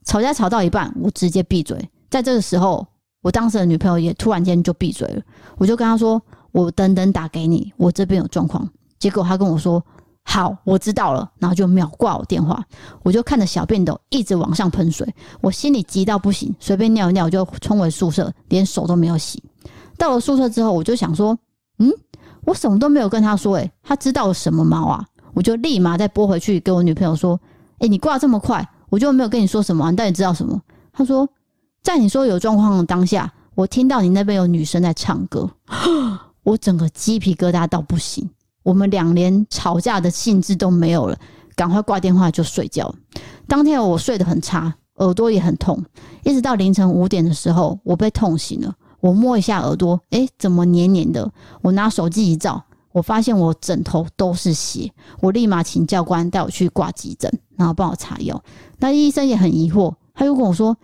吵架吵到一半，我直接闭嘴。在这个时候，我当时的女朋友也突然间就闭嘴了，我就跟她说：“我等等打给你，我这边有状况。”结果她跟我说：“好，我知道了。”然后就秒挂我电话。我就看着小便斗一直往上喷水，我心里急到不行，随便尿一尿就冲回宿舍，连手都没有洗。到了宿舍之后，我就想说，嗯，我什么都没有跟他说、欸，诶，他知道我什么毛啊？我就立马再拨回去给我女朋友说，诶、你挂这么快，我就没有跟你说什么、啊，你到底知道什么？他说，在你说有状况的当下，我听到你那边有女生在唱歌， 我整个鸡皮疙瘩到不行，我们俩连吵架的兴致都没有了。赶快挂电话就睡觉。当天我睡得很差，耳朵也很痛，一直到凌晨五点的时候，我被痛醒了。我摸一下耳朵，诶、怎么黏黏的？我拿手机一照，我发现我枕头都是血。我立马请教官带我去挂急诊，然后帮我擦药。那医生也很疑惑，他就跟我说：“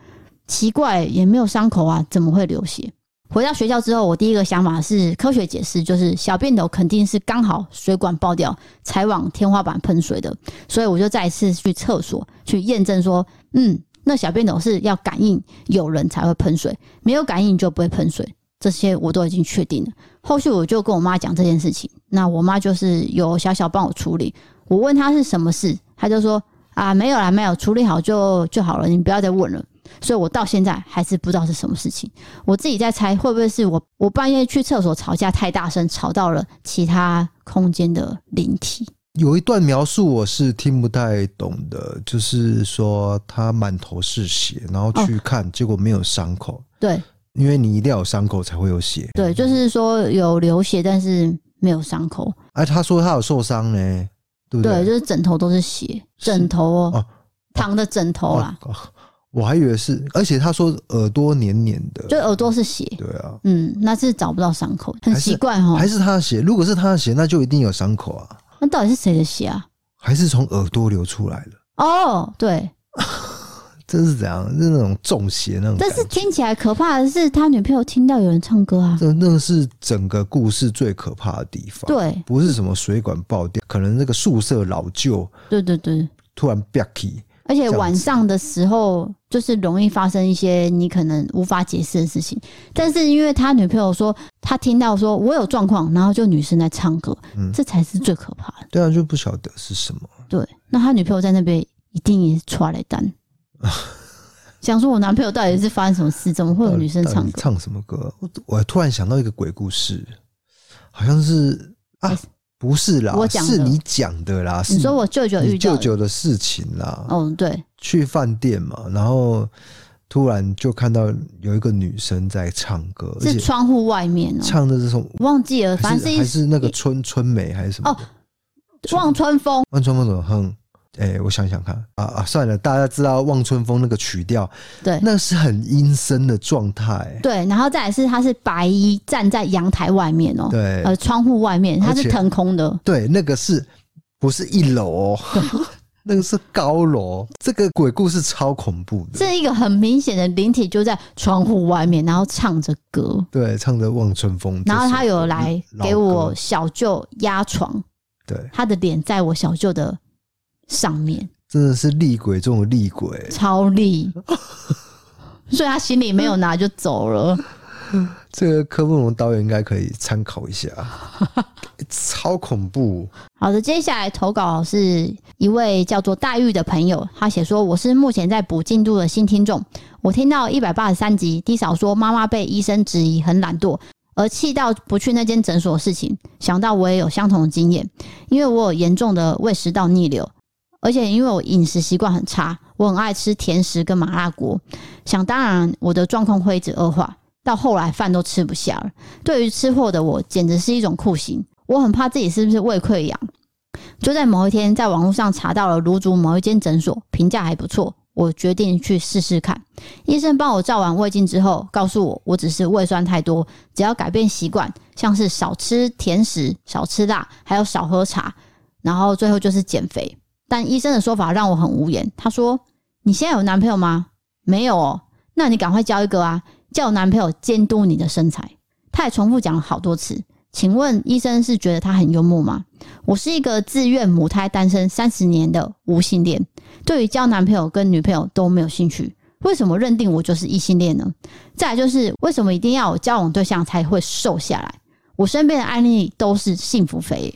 奇怪，也没有伤口啊，怎么会流血？”回到学校之后，我第一个想法是科学解释，就是小便斗肯定是刚好水管爆掉才往天花板喷水的。所以我就再一次去厕所去验证说，嗯，那小便斗是要感应有人才会喷水，没有感应就不会喷水。这些我都已经确定了。后续我就跟我妈讲这件事情，那我妈就是有小小帮我处理。我问她是什么事，她就说啊，没有啦，没有，处理好就就好了，你不要再问了。所以我到现在还是不知道是什么事情，我自己在猜会不会是我我半夜去厕所吵架太大声，吵到了其他空间的灵体。
有一段描述我是听不太懂的，就是说他满头是血，然后
哦
去看，结果没有伤口，
对，
因为你一定要有伤口才会有血。
对，就是说有流血，但是没有伤口。
哎、他说他有受伤呢，对不
对，
对？
就是枕头都是血，枕头哦，
哦
躺的枕头啦，
哦哦我还以为是，而且他说耳朵黏黏的，
就耳朵是血。
对啊，
嗯，那是找不到伤口，很
还是
奇怪哈
还。是他的血？如果是他的血，那就一定有伤口啊，
那到底是谁的血啊？
还是从耳朵流出来的？
哦，对，
这是怎样？是那种中邪那种
但
感觉？
是听起来可怕的是，他女朋友听到有人唱歌啊。
这那个是整个故事最可怕的地方。，
对，
不是什么水管爆掉，可能那个宿舍老旧
对对对，
突然 b a k
而且
这样子
晚上的时候就是容易发生一些你可能无法解释的事情。但是因为他女朋友说，他听到说我有状况，然后就女生在唱歌，
嗯
这才是最可怕的。
对啊，就不晓得是什么。
对，那他女朋友在那边一定也是抓了一 单，想说我男朋友到底是发生什么事，怎么会有女生
到底
唱
到底
歌？
唱什么歌？我我突然想到一个鬼故事，好像是啊
还是，
不是啦，
我讲的
是你讲的啦，是
你说我舅舅
你
遇到
舅
的，
舅的事情啦。
哦，对，
去饭店嘛，然后突然就看到有一个女生在唱歌，而
是
且
窗户外面哦，
唱的是什么？
忘记了，
还
反
是还
正是
是那个春春梅还是什么？
哦，望春风，
望春风怎么哼？哎、我想想看啊啊，算了，大家知道望春风那个曲调，
对
那是很阴森的状态。
对，然后再来是他是白衣站在阳台外面哦，
对
呃，窗户外面，他
而且
是腾空的，
对，那个是不是 一楼、哦？那个是高楼。哦这个鬼故事超恐怖的。
这一个很明显的灵体就在窗户外面，然后唱着歌，
对，唱着《望春风》这首歌，
然后他有来
老
给我
歌
小舅压床，
对，
他的脸在我小舅的上面，
真的是厉鬼中的厉鬼。
超力，所以他行李没有拿就走了。
这个柯梦龙导演应该可以参考一下，超恐怖。
好的，接下来投稿是一位叫做黛玉的朋友，他写说：“我是目前在补进度的新听众，我听到一百八十三集，低嫂说妈妈被医生质疑很懒惰，而气到不去那间诊所的事情，想到我也有相同的经验，因为我有严重的胃食道逆流，而且因为我饮食习惯很差，我很爱吃甜食跟麻辣锅，想当然我的状况会一直恶化，到后来饭都吃不下了。对于吃货的我，简直是一种酷刑。”我很怕自己是不是胃溃疡，就在某一天，在网络上查到了卢竹某一间诊所，评价还不错，我决定去试试看。医生帮我照完胃镜之后，告诉我我只是胃酸太多，只要改变习惯，像是少吃甜食、少吃辣，还有少喝茶，然后最后就是减肥。但医生的说法让我很无言。他说：“你现在有男朋友吗？没有哦，那你赶快交一个啊，叫男朋友监督你的身材。”他也重复讲了好多次。请问医生是觉得他很幽默吗？我是一个自愿母胎单身三十年的无性恋，对于交男朋友跟女朋友都没有兴趣。为什么认定我就是异性恋呢？再来就是为什么一定要有交往对象才会瘦下来？我身边的案例都是幸福肥，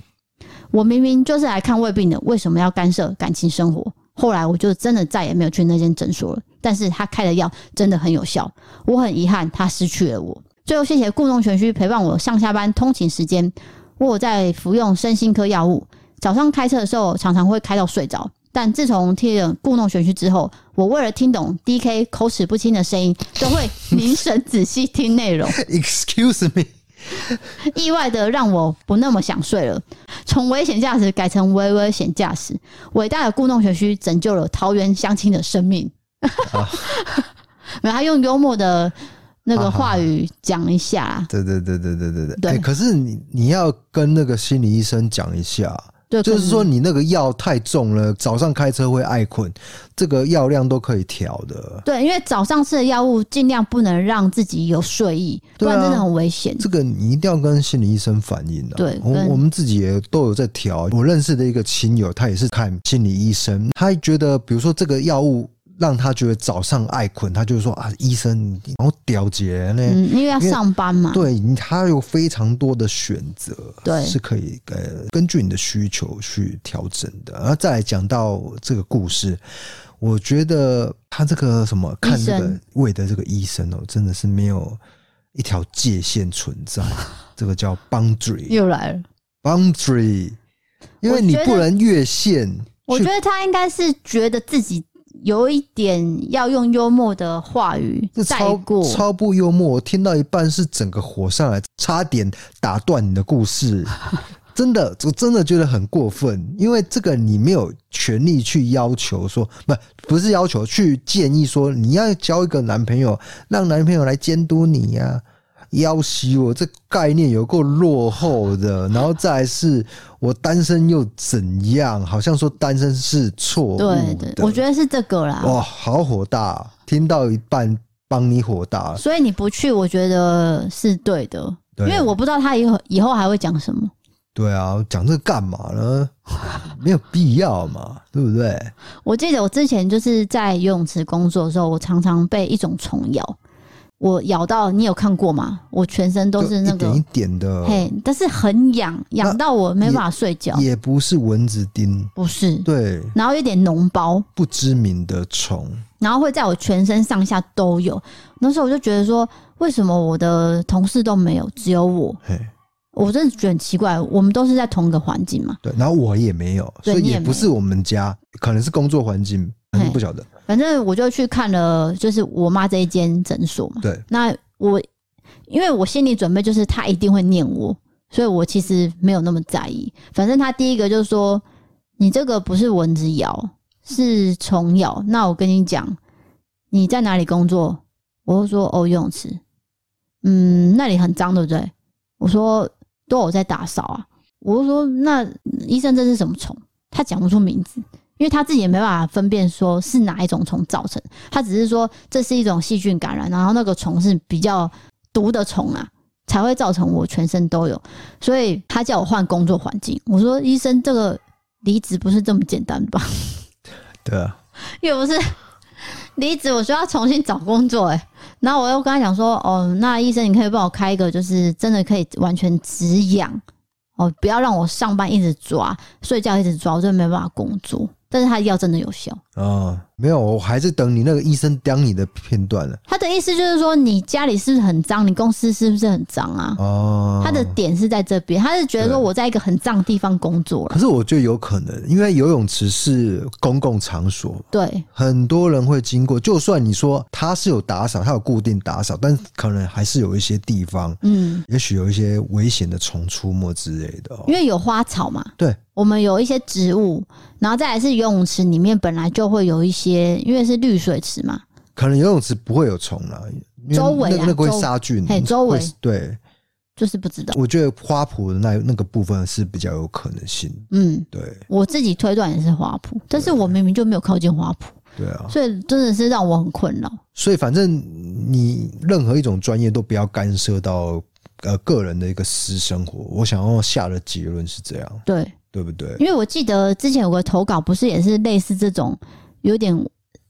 我明明就是来看胃病的，为什么要干涉感情生活？后来我就真的再也没有去那间诊所了，但是他开的药真的很有效，我很遗憾他失去了我。最后，谢谢故弄玄虚陪伴我上下班通勤时间。我有在服用身心科药物，早上开车的时候常常会开到睡着。但自从听了故弄玄虚之后，我为了听懂 D K 口齿不清的声音，都会凝神仔细听内 容，
Excuse me，
意外的让我不那么想睡了。从危险驾驶改成微危险驾驶，伟大的故弄玄虚拯救了桃园乡亲的生命。
啊
然后他用幽默的那
啊
个话语讲一下啦。
对对对对对对对。
对
哎可是你你要跟那个心理医生讲一下，
对，
就
可
是
能
说你那个药太重了，早上开车会爱困，这个药量都可以调的。
对，因为早上吃的药物尽量不能让自己有睡意，不
对啊
然真的很危险。
这个你一定要跟心理医生反映的、啊
对
我
跟
我们自己也都有在调。我认识的一个亲友，他也是看心理医生，他觉得比如说这个药物让他觉得早上爱困，他就说啊，医生，你然后屌结呢。
嗯，因为要上班嘛。
对你，他有非常多的选择，
对
是可以呃根据你的需求去调整的。然后再来讲到这个故事，我觉得他这个什么看这
医
个
生
胃的这个医生哦，真的是没有一条界限存 在，这个叫 boundary
又来了。
boundary，因
我
为你
觉得
不能越线
我
去
觉得他应该是觉得自己有一点要用幽默的话语
这
带
超
过，
超不幽默，我听到一半是整个火上来，差点打断你的故事。 真的，我真的觉得很过分，因为这个你没有权利去要求说，不不是要求去建议说你要交一个男朋友，让男朋友来监督你呀、要挟我这概念有够落后的，然后再来是我单身又怎样？好像说单身是错误
对对，我觉
得
得是这个啦。
哇，好火大！听到一半帮你火大，
所以你不去，我觉得是对的，因
对
为我不知道他以后以后还会讲什么。
对啊，讲这个干嘛呢？ 没有必要嘛，对不对？
我记得我之前就是在游泳池工作的时候，我常常被一种虫咬，我咬到你有看过吗？我全身都是那
就
个
一点一点的，
嘿，哦但是很痒，痒到我没办法睡觉，
嗯也不是蚊子叮，
不是，
对，
然后有点脓包，
不知名的虫，
然后会在我全身上下都有。那时候我就觉得说，为什么我的同事都没有，只有我？
嘿，
我真的觉得很奇怪，我们都是在同一个环境嘛。
对。然后我也没有，
对
所以
你也
也不是我们家，可能是工作环境，可能不晓得。
反正我就去看了，就是我妈这一间诊所嘛。
对，
那我因为我心理准备就是他一定会念我，所以我其实没有那么在意。反正他第一个就是说，你这个不是蚊子咬，是虫咬。那我跟你讲，你在哪里工作？我就说哦，游泳池。嗯，那里很脏，对不对？我说都有在打扫啊。我就说那医生这是什么虫？他讲不出名字，因为他自己也没办法分辨说是哪一种虫造成。他只是说这是一种细菌感染，然后那个虫是比较毒的虫啊，才会造成我全身都有。所以他叫我换工作环境。我说医生，这个离职不是这么简单吧？
对啊，
又不是离职，我说要重新找工作、欸，然后我又跟他讲说，哦，那医生你可以帮我开一个，就是真的可以完全止痒，哦，不要让我上班一直抓，睡觉一直抓，我真的没办法工作。但是他的药真的有效，
啊，没有，我还是等你那个医生刁你的片段了。
他的意思就是说，你家里是不是很脏，你公司是不是很脏啊？
哦，
他的点是在这边，他是觉得说
对
我在一个很脏的地方工作了
可，是我觉得有可能，因为游泳池是公共场所，
对
很多人会经过。就算你说它是有打扫，它有固定打扫，但可能还是有一些地方，
嗯，
也许有一些危险的虫出没之类的、哦
因。为有花草嘛，
对，
我们有一些植物，然后再来是游泳池里面本来就会有一些，因为是绿水池嘛，
可能游泳池不会有虫啦，因为
周围啊
那个那个
周
会杀菌，
嘿周围
会对。
就是不知道。
我觉得花圃的那那个部分是比较有可能性，
嗯，
对
我自己推断也是花圃，但是我明明就没有靠近花圃，
对啊。
所以真的是让我很困扰。
所以反正你任何一种专业都不要干涉到呃个人的一个私生活。我想要下的结论是这样，
对，
对不对？
因为我记得之前有个投稿，不是也是类似这种，有点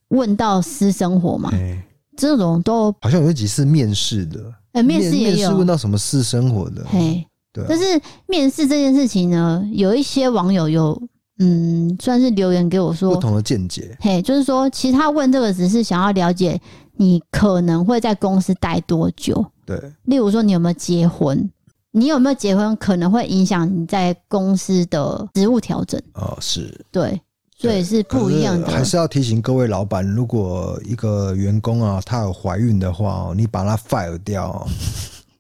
问到私生活嘛，
哎、
这种都
好像有一集是面试的，
呃面试也
面试
有
问，到什么私生活的，
嘿，
对、啊
但，是面试这件事情呢，有一些网友有嗯，算是留言给我
不
说，
同的见解。
嘿，就是说，其实他问这个只是想要了解你可能会在公司待多久，
对，
例如说你有没有结婚，你有没有结婚可能会影响你在公司的职务调整，
哦，是。
对，所以
对
是不一样
可是还
的。
是要提醒各位老板，如果一个员工啊，她有怀孕的话哦，你把她 fire 掉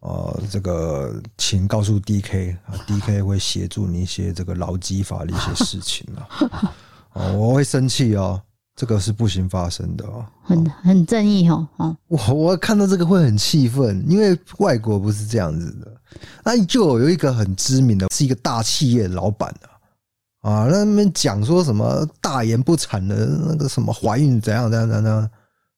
哦，呃，这个请告诉 DK 啊，DK 会协助你一些这个劳基法的一些事情啊。哦，我会生气哦，这个是不行发生的哦。
很很正义哦，哦，
我我看到这个会很气愤，因为外国不是这样子的。那就有一个很知名的，是一个大企业的老板啊，啊，那边讲说什么大言不惭的那个什么怀孕怎样怎样怎样怎样，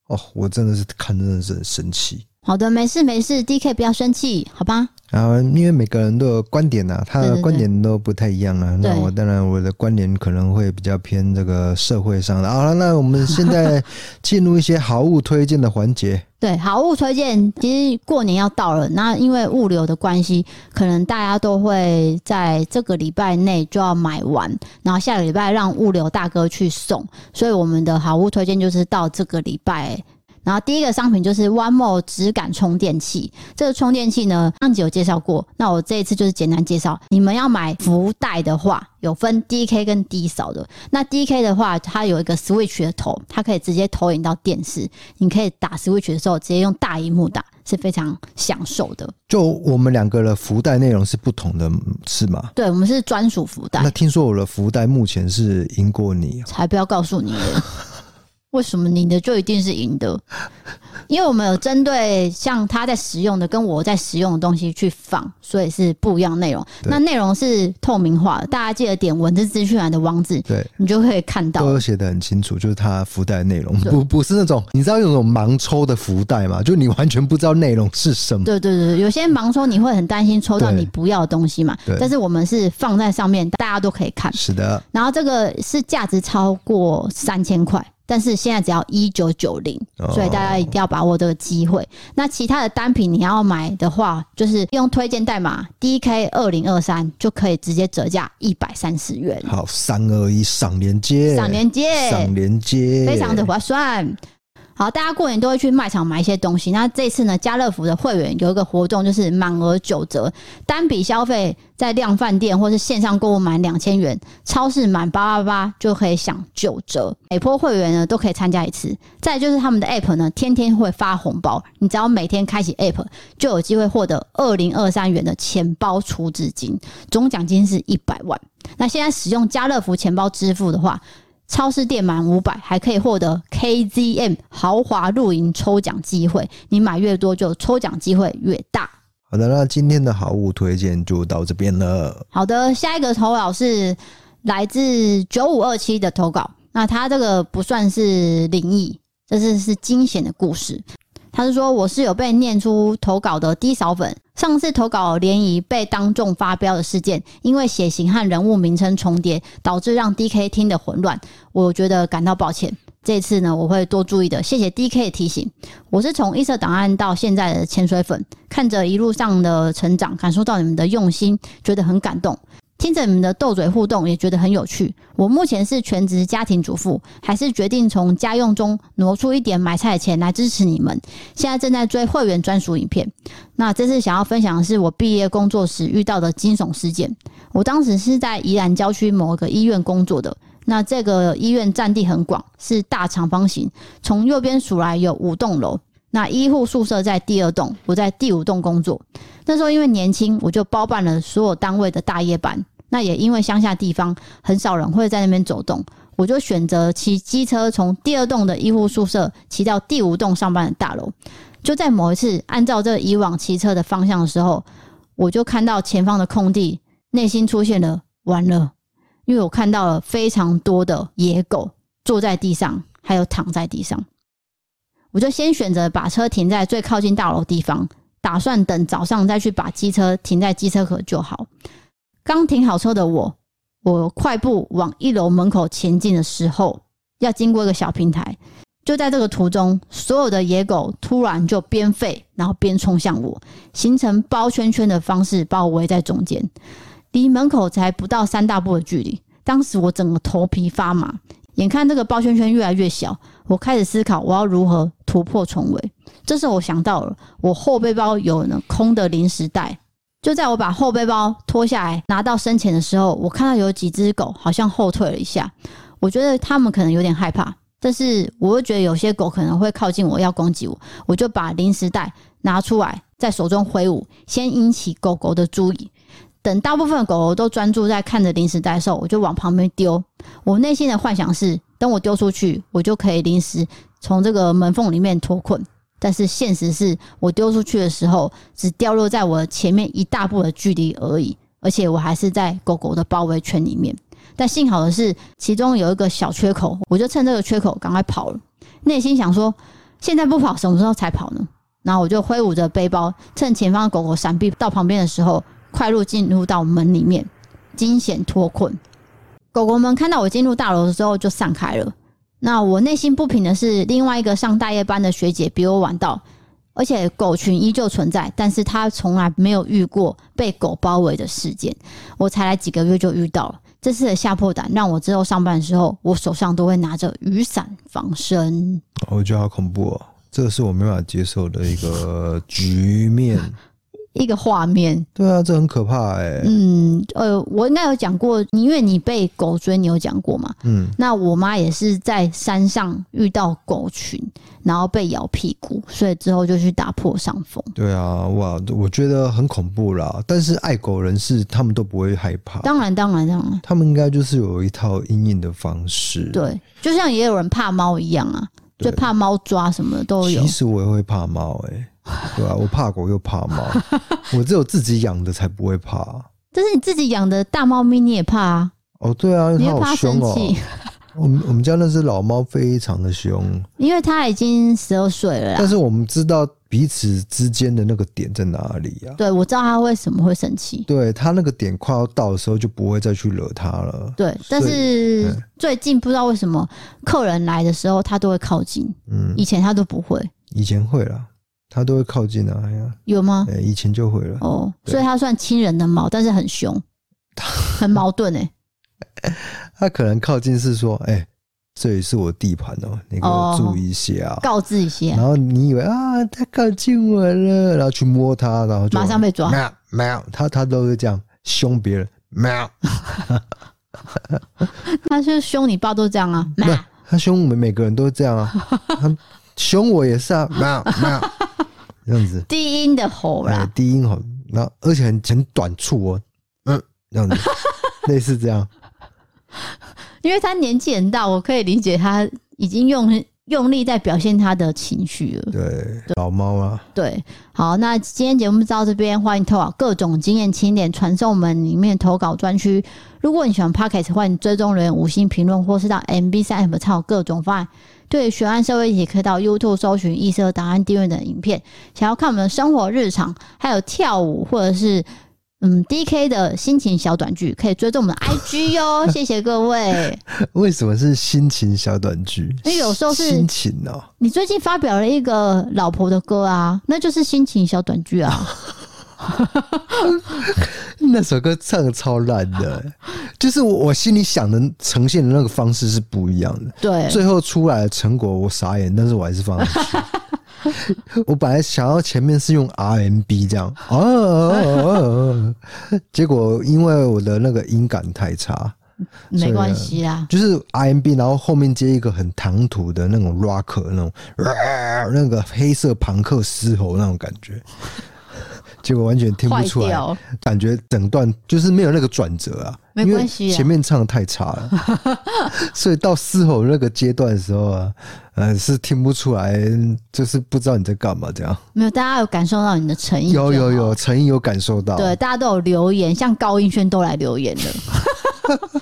哦，我真的是看真的是很生气
好的，没事没事，D K 不要生气，好吧？
啊，因为每个人都有观点呐、啊，他
对对
的
对
观点都不太一样啊。那
对
我当然我的观点可能会比较偏这个社会上的啊。那我们现在进入一些好物推荐的环节。
对，好物推荐，其实过年要到了，那因为物流的关系，可能大家都会在这个礼拜内就要买完，然后下个礼拜让物流大哥去送，所以我们的好物推荐就是到这个礼拜。然后第一个商品就是 One More 质感充电器，这个充电器呢，上集有介绍过，那我这一次就是简单介绍。你们要买福袋的话，有分 DK 跟 D 扫的。那 DK 的话，它有一个 Switch 的头，它可以直接投影到电视，你可以打 Switch 的时候直接用大荧幕打，是非常享受的。
就我们两个的福袋内容是不同的，是吗？
对我们是专属福
那
袋，
听说我的福袋目前是赢过你，啊
才不要告诉你耶 为什么你的就一定是赢的？因为我们有针对像他在使用的跟我在使用的东西去放，所以是不一样内容。
对
那内容是透明化的，大家记得点文字资讯栏的网址，
对，
你就可以看到
都。有写的很清楚，就是它福袋的内容，
对
不不是那种你知道有种盲抽的福袋嘛，就你完全不知道内容是什么。
对对对，有些盲抽你会很担心抽到
对
你不要的东西嘛
对，
但是我们是放在上面，大家都可以看。
是的，
然后这个是价值超过三千块，但是现在只要一九九零，
哦
所以大家一定要把握这个机会。那其他的单品你要买的话，就是用推荐代码 DK 二零二三就可以直接折价一百三十元，
好，三二一，赏连接，
赏连接，
赏连接，
非常的划算。好，大家过年都会去卖场买一些东西。那这次呢，家乐福的会员有一个活动，就是满额九折，单笔消费在量贩店或是线上购物满两千元，超市满八八八就可以享九折。每波会员呢都可以参加一次。再来就是他们的 App 呢，天天会发红包，你只要每天开启 App 就有机会获得二零二三元的钱包储值金，总奖金是一百万。那现在使用家乐福钱包支付的话，超市店满五百还可以获得 KZM 豪华露营抽奖机会，你买越多就抽奖机会越大。
好的，那今天的好物推荐就到这边了。
好的，下一个投稿是来自九五二七的投稿，那他这个不算是灵异，这是是惊险的故事。他是说我是有被念出投稿的低扫粉，上次投稿联谊被当众发飙的事件，因为血型和人物名称重叠，导致让 DK 听得混乱，我觉得感到抱歉。这次呢，我会多注意的。谢谢 D K 的提醒。我是从异色档案到现在的潜水粉，看着一路上的成长，感受到你们的用心，觉得很感动。听着你们的斗嘴互动，也觉得很有趣。我目前是全职家庭主妇，还是决定从家用中挪出一点买菜的钱来支持你们。现在正在追会员专属影片。那这次想要分享的是我毕业工作时遇到的惊悚事件。我当时是在宜兰郊区某个医院工作的，那这个医院占地很广，是大长方形，从右边数来有五栋楼。那医护宿舍在第二栋，我在第五栋工作。那时候因为年轻，我就包办了所有单位的大夜班。那也因为乡下地方很少人会在那边走动，我就选择骑机车从第二栋的医护宿舍骑到第五栋上班的大楼。就在某一次按照这以往骑车的方向的时候，我就看到前方的空地，内心出现了完了，因为我看到了非常多的野狗坐在地上，还有躺在地上。我就先选择把车停在最靠近大楼的地方，打算等早上再去把机车停在机车壳就好。刚停好车的我，我快步往一楼门口前进的时候，要经过一个小平台。就在这个途中，所有的野狗突然就边吠，然后边冲向我，形成包圈圈的方式把我围在中间，离门口才不到三大步的距离。当时我整个头皮发麻，眼看这个包圈圈越来越小，我开始思考我要如何突破重围。这时候我想到了，我后背包有呢空的零食袋。就在我把后背包脱下来拿到身前的时候，我看到有几只狗好像后退了一下，我觉得它们可能有点害怕，但是我又觉得有些狗可能会靠近我要攻击我，我就把零食袋拿出来，在手中挥舞，先引起狗狗的注意。等大部分狗狗都专注在看着零食袋的时候，我就往旁边丢。我内心的幻想是，等我丢出去，我就可以临时从这个门缝里面脱困。但是现实是我丢出去的时候，只掉落在我前面一大步的距离而已，而且我还是在狗狗的包围圈里面。但幸好的是，其中有一个小缺口，我就趁这个缺口赶快跑了。内心想说，现在不跑，什么时候才跑呢？然后我就挥舞着背包，趁前方的狗狗闪避到旁边的时候，快入进入到门里面，惊险脱困。狗狗们看到我进入大楼的时候，就散开了。那我内心不平的是，另外一个上大夜班的学姐比我晚到，而且狗群依旧存在，但是她从来没有遇过被狗包围的事件。我才来几个月就遇到了，这次的吓破胆让我之后上班的时候，我手上都会拿着雨伞防身。
我觉得好恐怖哦，这个是我没办法接受的一个 局面。
一个画面，
对啊，这很可怕哎、
嗯，呃，我应该有讲过，你因为你被狗追，你有讲过吗？
嗯，
那我妈也是在山上遇到狗群，然后被咬屁股，所以之后就去打破伤风。
对啊，哇，我觉得很恐怖啦。但是爱狗人士他们都不会害怕，
当然，当然，当然，
他们应该就是有一套阴影的方式。，
对，就像也有人怕猫一样啊，
对
就怕猫抓什么的都有
其。实我也会怕猫 哎、对啊，我怕狗又怕猫，我只有自己养的才不会怕。
但是你自己养的大猫咪你也怕啊，
哦，对啊，
你
它
会怕它
好
生
凶哦、
气，
我们我们家那只老猫非常的凶，
因为它已经十二岁了
但
啦。
是我们知道彼此之间的那个点在哪里呀、
对，我知道它为什么会生气。
对它那个点快要到的时候，就不会再去惹它了。
对，但
所以
是
嗯
最近不知道为什么客人来的时候，它都会靠近，
嗯，
以前它都不会，
以前会啦，它都会靠近啊。哎呀，
有吗？
哎、以前就会了。
哦，
对
所以它算亲人的猫，但是很凶，很矛盾 哎、
它可能靠近是说，哎、这里是我地盘哦、你给我
哦
注意一些啊。
告知一些
然，后你以为啊，它靠近我了，然后去摸它，然后就
马上被抓。
喵喵，它它都是这样凶别人喵。
它就是凶你爸都这样啊，
那他凶我们每个人都是这 样啊，他凶我也是啊，喵喵，这样子，
低音的吼
哎
啦，，
低音吼，然后而且很很短促哦，嗯，这样子，类似这样，
因为他年纪很大，我可以理解他已经用用力在表现他的情绪了。
对，老猫啊，
对，好，那今天节目就到这边，欢迎投稿各种经验清点传送门里面投稿专区。如果你喜欢 Podcast，欢迎追踪留言、五星评论，或是到 MB 三 M 参考各种方案。对于悬案社会也可以到 YouTube 搜寻“异色档案”订阅的影片。想要看我们的生活日常，还有跳舞或者是嗯，D K 的心情小短剧可以追踪我们的 I G 哟，谢谢各位。
为什么是心情小短剧？
因为哎有时候是
心情哦、
你最近发表了一个老婆的歌啊，那就是心情小短剧 啊。
那首歌唱的超烂 的，就是我我心里想的呈现的那个方式是不一样的。
对，
最后出来的成果我傻眼，但是我还是放上 去。我本来想要前面是用 RMB 这样，啊啊啊啊啊结果因为我的那个音感太差，
没关系啊啦。
就是 RMB，然后后面接一个很唐突的那种 rock 那种、呃那个黑色朋克嘶吼那种感觉， 结果完全听不
坏
出来，
掉，
感觉整段就是没有那个转折啊，
没关系啊
因为前面唱的太差了， 所以到嘶吼那个阶段的时候啊，呃，是听不出来，就是不知道你在干嘛这样。
没有，大家有感受到你的诚意就好。
有有有，陈毅有感受到，
对，，大家都有留言，像高音轩都来留言了。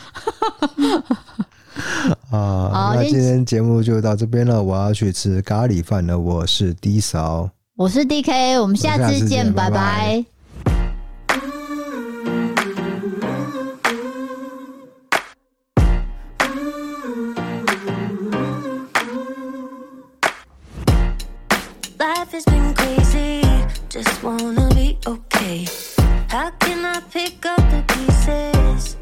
啊，
好
那
今
今
天
天节目就到这边了，我要去吃咖喱饭了，我是 D 嫂。
我是 D K，我们下
我们下
次
次见
见，
拜
拜
拜
拜
Life has been crazy, just wanna be okay. How can I pick up the pieces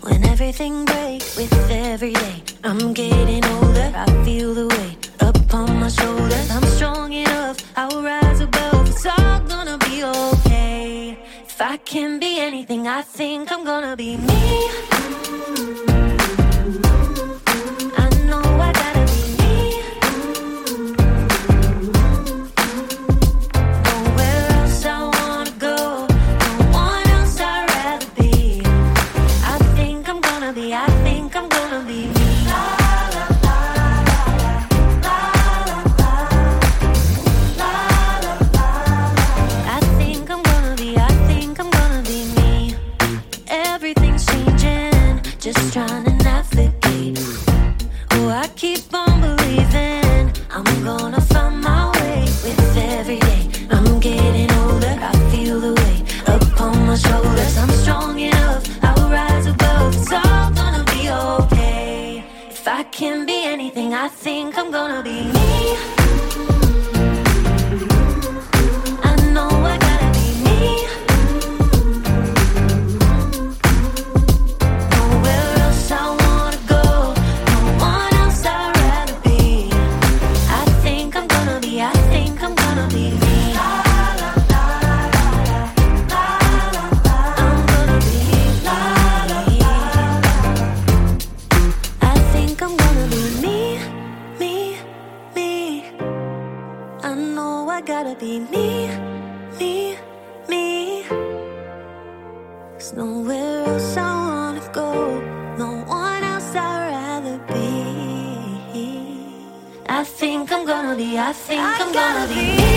when everything breaks with every day? I'm getting older, I feel the weight upon my shoulders. I'm strong enough, I'll rise above. It's all gonna be okay. If I can be anything, I think I'm gonna be me. I know I gotta be me. Nowhere else I wanna go, no one else I'd rather be. I think I'm gonna be, I think I'm gonna be me. La la la la la la la la la la. I think I'm gonna be, I think I'm gonna be me. Everything's changing, just trying to navigate. Oh, I keep on believing I'm gonna find my way with every day. I'm getting older, I feel the weight upon my shoulders. I'm strong enough, I'll rise above. It's all gonna be okay. If I can be anything, I think I'm gonna be me. I know I gotta be me. Nowhere else I wanna go, no one else I'd rather be. I think I'm gonna be, I think I'm gonna be me. La la la la la la la. I'm gonna be la la la I think I'm gonna be me, me, me. I know I gotta be me, me, me. There's nowhere else I wanna go. No one else I'd rather be. I think I'm gonna be, I think I am gonna be.